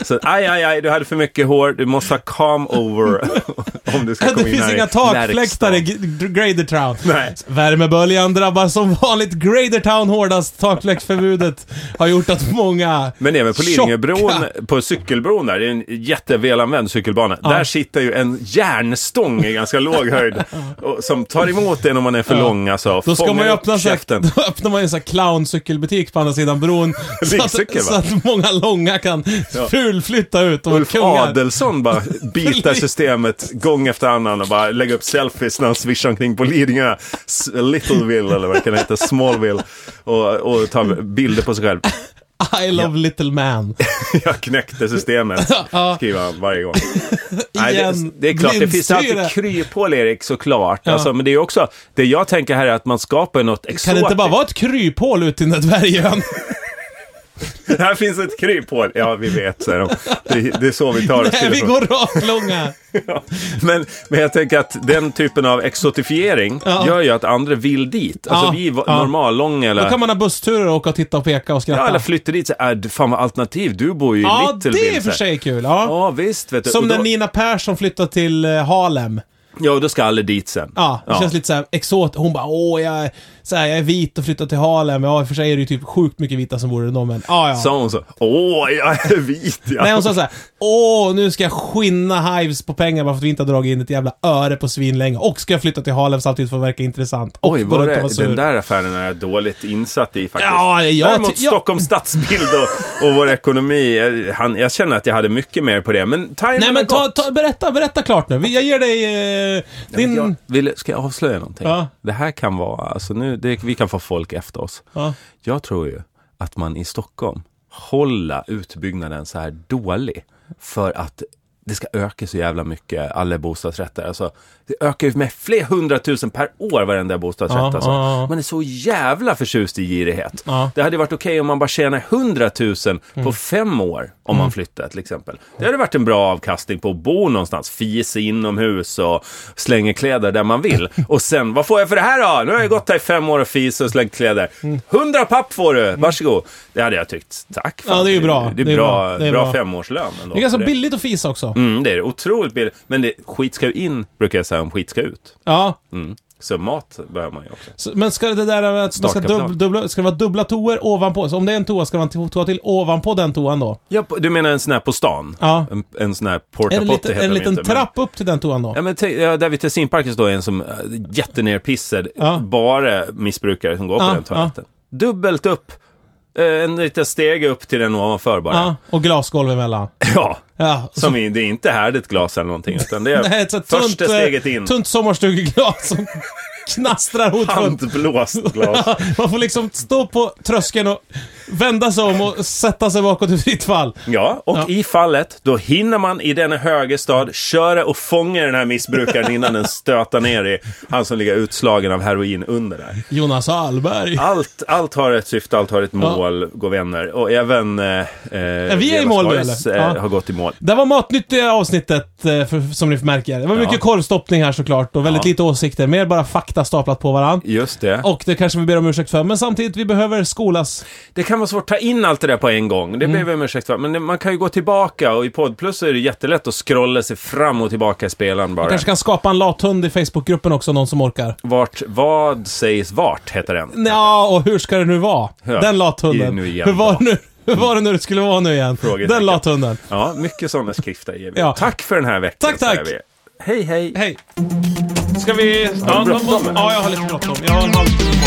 Speaker 1: Så aj, aj, aj, du hade för mycket hår. Du måste ha calm over om du ska
Speaker 2: Det
Speaker 1: komma in här
Speaker 2: finns
Speaker 1: i
Speaker 2: inga takfläktar i
Speaker 1: verkstaden.
Speaker 2: G- Gradertown.
Speaker 1: Nej.
Speaker 2: Värmeböljan drabbar som vanligt Gradertown hårdast. Takfläktsförbudet har gjort att många
Speaker 1: Men även på Lidingöbron,
Speaker 2: Tjocka.
Speaker 1: på cykelbron där, det är en jättevälanvänd cykelbana. Där sitter ju en järnstång i ganska låg höjd och, som tar emot en om man är för lång alltså.
Speaker 2: Då ska
Speaker 1: Fångar
Speaker 2: man ju
Speaker 1: upp
Speaker 2: öppna så här,
Speaker 1: käften.
Speaker 2: då öppnar man ju en sån här clowncykelbutik på andra sidan bron. så,
Speaker 1: Ringcykel,
Speaker 2: att,
Speaker 1: va?
Speaker 2: så att många långa kan fulflytta ut. De är
Speaker 1: Ulf
Speaker 2: kungar.
Speaker 1: Adelsson bara bitar systemet gång efter annan och bara lägger upp selfies när han swishar omkring på Lidingö. S- Littleville eller vad det kan heta, Smallville. Och, och tar bilder på sig själv.
Speaker 2: I love little man.
Speaker 1: Jag knäckte systemet,
Speaker 2: Ja.
Speaker 1: skriver han varje gång. Nej, det,
Speaker 2: Igen.
Speaker 1: det är klart, det finns
Speaker 2: blindstyre.
Speaker 1: alltid kryphål Erik, såklart.
Speaker 2: Ja.
Speaker 1: Alltså, men det är också, det jag tänker här är att man skapar något exotiskt.
Speaker 2: Kan det inte bara vara ett kryphål ute i den här dvärgön?
Speaker 1: Här finns ett kryphål. Ja, vi vet, säger de. Det, det är så vi tar oss
Speaker 2: Nej,
Speaker 1: till
Speaker 2: vi går raklånga.
Speaker 1: Ja. Men, men jag tänker att den typen av exotifiering
Speaker 2: Ja.
Speaker 1: gör ju att andra vill dit. Alltså
Speaker 2: Ja,
Speaker 1: vi var
Speaker 2: ja.
Speaker 1: normallång
Speaker 2: Då
Speaker 1: eller...
Speaker 2: kan man ha bussturer och åka och titta och peka och
Speaker 1: Ja,
Speaker 2: skratta.
Speaker 1: eller flytta dit så är det fan vad alternativ. Du bor ju i
Speaker 2: Ja,
Speaker 1: Little
Speaker 2: det är
Speaker 1: Bill,
Speaker 2: i och för
Speaker 1: så här.
Speaker 2: sig kul. Ja.
Speaker 1: Ja, visst. Vet du.
Speaker 2: Som
Speaker 1: Och då,
Speaker 2: när Nina Persson flyttade till eh, Harlem.
Speaker 1: Ja, och då ska alla dit sen.
Speaker 2: Ja, det känns lite såhär exot. Hon bara åh, jag är, så här, jag är vit och flyttat till Harlem. Ja, i och för sig är det ju typ sjukt mycket vita som bor där ändå, men ja, ja.
Speaker 1: Sa hon så? Åh, jag är vit ja.
Speaker 2: Nej, hon sa såhär, åh, nu ska jag skinna Hives på pengar bara för att vi inte har dragit in ett jävla öre på svin länge. Och ska jag flytta till Harlem samtidigt för att verka intressant. Och
Speaker 1: Oj,
Speaker 2: gå
Speaker 1: var
Speaker 2: runt och vara
Speaker 1: det,
Speaker 2: sur.
Speaker 1: den där affären är jag dåligt insatt i faktiskt.
Speaker 2: Ja, jag
Speaker 1: Däremot
Speaker 2: ty- jag-
Speaker 1: Stockholms stadsbild och, och vår ekonomi. eh, Han, jag känner att jag hade mycket mer på det, men timern
Speaker 2: Nej
Speaker 1: har
Speaker 2: men ta,
Speaker 1: gått.
Speaker 2: ta, berätta, berätta klart nu. Vi- Jag ger dig eh, din...
Speaker 1: Jag vill, ska jag avslöja någonting?
Speaker 2: Ja.
Speaker 1: Det här kan vara, alltså nu, det, vi kan få folk efter oss.
Speaker 2: Ja.
Speaker 1: Jag tror ju att man i Stockholm hålla utbyggnaden så här dålig för att det ska öka så jävla mycket, alla bostadsrätter. Alltså, det ökar ju med fler hundratusen per år varenda bostadsrätt.
Speaker 2: Ja,
Speaker 1: alltså.
Speaker 2: ja, ja.
Speaker 1: Man är så jävla förtjust i girighet.
Speaker 2: Ja. Mm.
Speaker 1: Det hade varit okej om man bara tjänar hundratusen på fem år om man flyttar till exempel. Det hade varit en bra avkastning på att bo någonstans, fis inomhus och slänger kläder där man vill. Och sen, vad får jag för det här då? Nu har jag gått här i fem år och fis och slängt kläder.
Speaker 2: Mm.
Speaker 1: Hundra papp får du, varsågod. Det hade jag tyckt, tack.
Speaker 2: Ja, det är ju bra.
Speaker 1: Det är, bra, det är bra, femårslön ändå.
Speaker 2: Det är ganska
Speaker 1: för
Speaker 2: billigt att fisa också.
Speaker 1: Mm, det är det. Otroligt billigt. Men det, skit ska ju in, brukar jag säga, om skit ska ut.
Speaker 2: Ja.
Speaker 1: Mm. Så mat behöver man ju också.
Speaker 2: Så- Men ska det där med att man ska,
Speaker 1: Startkapital.
Speaker 2: dubb, dubbla, ska det vara dubbla toor ovanpå? Så om det är en toa ska man en toa till ovanpå den toan då?
Speaker 1: Ja, på- du menar en sån här på stan?
Speaker 2: Ja.
Speaker 1: En, en sån här
Speaker 2: En,
Speaker 1: portapotti
Speaker 2: liten-
Speaker 1: heter
Speaker 2: en
Speaker 1: de
Speaker 2: liten
Speaker 1: inte, men-
Speaker 2: trapp upp till den toan då?
Speaker 1: Ja, men tänk, ja, där vid Tessinparken står en som äh, jättenerpissad,
Speaker 2: Ja.
Speaker 1: bara missbrukare som går
Speaker 2: Ja,
Speaker 1: på den toaletten. Dubbelt upp. Eh, En liten steg upp till den ovanför bara.
Speaker 2: Ja, och glasgolv emellan.
Speaker 1: Ja,
Speaker 2: Ja, så-
Speaker 1: som i, det är inte härdigt glas eller någonting, utan det är
Speaker 2: Nej, ett så
Speaker 1: första
Speaker 2: eh,
Speaker 1: steget in.
Speaker 2: tunt sommarstugeglas som knastrar hot från...
Speaker 1: Handblåst glas.
Speaker 2: Man får liksom stå på tröskeln och vända sig om och sätta sig bakåt i fritt fall.
Speaker 1: Ja, och i fallet, då hinner man i denna högerstad köra och fånga den här missbrukaren innan den stöter ner i han som ligger utslagen av heroin under där.
Speaker 2: Jonas Hallberg.
Speaker 1: Allt, allt har ett syfte, allt har ett mål, gå vänner. Och även... Eh, eh,
Speaker 2: vi är i
Speaker 1: Leva
Speaker 2: mål nu,
Speaker 1: Sparris,
Speaker 2: eller?
Speaker 1: Eh,
Speaker 2: Ja.
Speaker 1: Har gått i mål.
Speaker 2: Det var matnyttiga avsnittet, eh, för, som ni märker. Det var mycket
Speaker 1: Ja.
Speaker 2: korvstoppning här såklart och väldigt
Speaker 1: Ja.
Speaker 2: lite åsikter. Mer bara fakta staplat på varann.
Speaker 1: Just det.
Speaker 2: Och det kanske vi ber om ursäkt för, men samtidigt, vi behöver skolas.
Speaker 1: Det kan vara svårt att ta in allt det där på en gång. Det ber
Speaker 2: Mm.
Speaker 1: vi om ursäkt för. Men det- man kan ju gå tillbaka och i Poddplus så är det jättelätt att scrolla sig fram och tillbaka i spelaren bara.
Speaker 2: Kanske kan skapa en lathund i Facebookgruppen också, någon som orkar.
Speaker 1: Vart, vad sägs vart, heter den.
Speaker 2: Ja, och hur ska det nu vara?
Speaker 1: Ja,
Speaker 2: Den
Speaker 1: i-
Speaker 2: lathunden.
Speaker 1: nu igen
Speaker 2: Hur var
Speaker 1: då.
Speaker 2: det nu? Hur var det nu det skulle vara nu igen?
Speaker 1: Frågetecken.
Speaker 2: Den lathunden.
Speaker 1: Ja, mycket sådana skrifter ger vi.
Speaker 2: Ja.
Speaker 1: Tack för den här veckan.
Speaker 2: Tack, tack.
Speaker 1: säger vi. Hej, hej.
Speaker 2: Hej. Ska vi... Ja,
Speaker 1: bråttom, eller?
Speaker 2: ja, jag har lite bråttom. Jag har en halv timme kvar.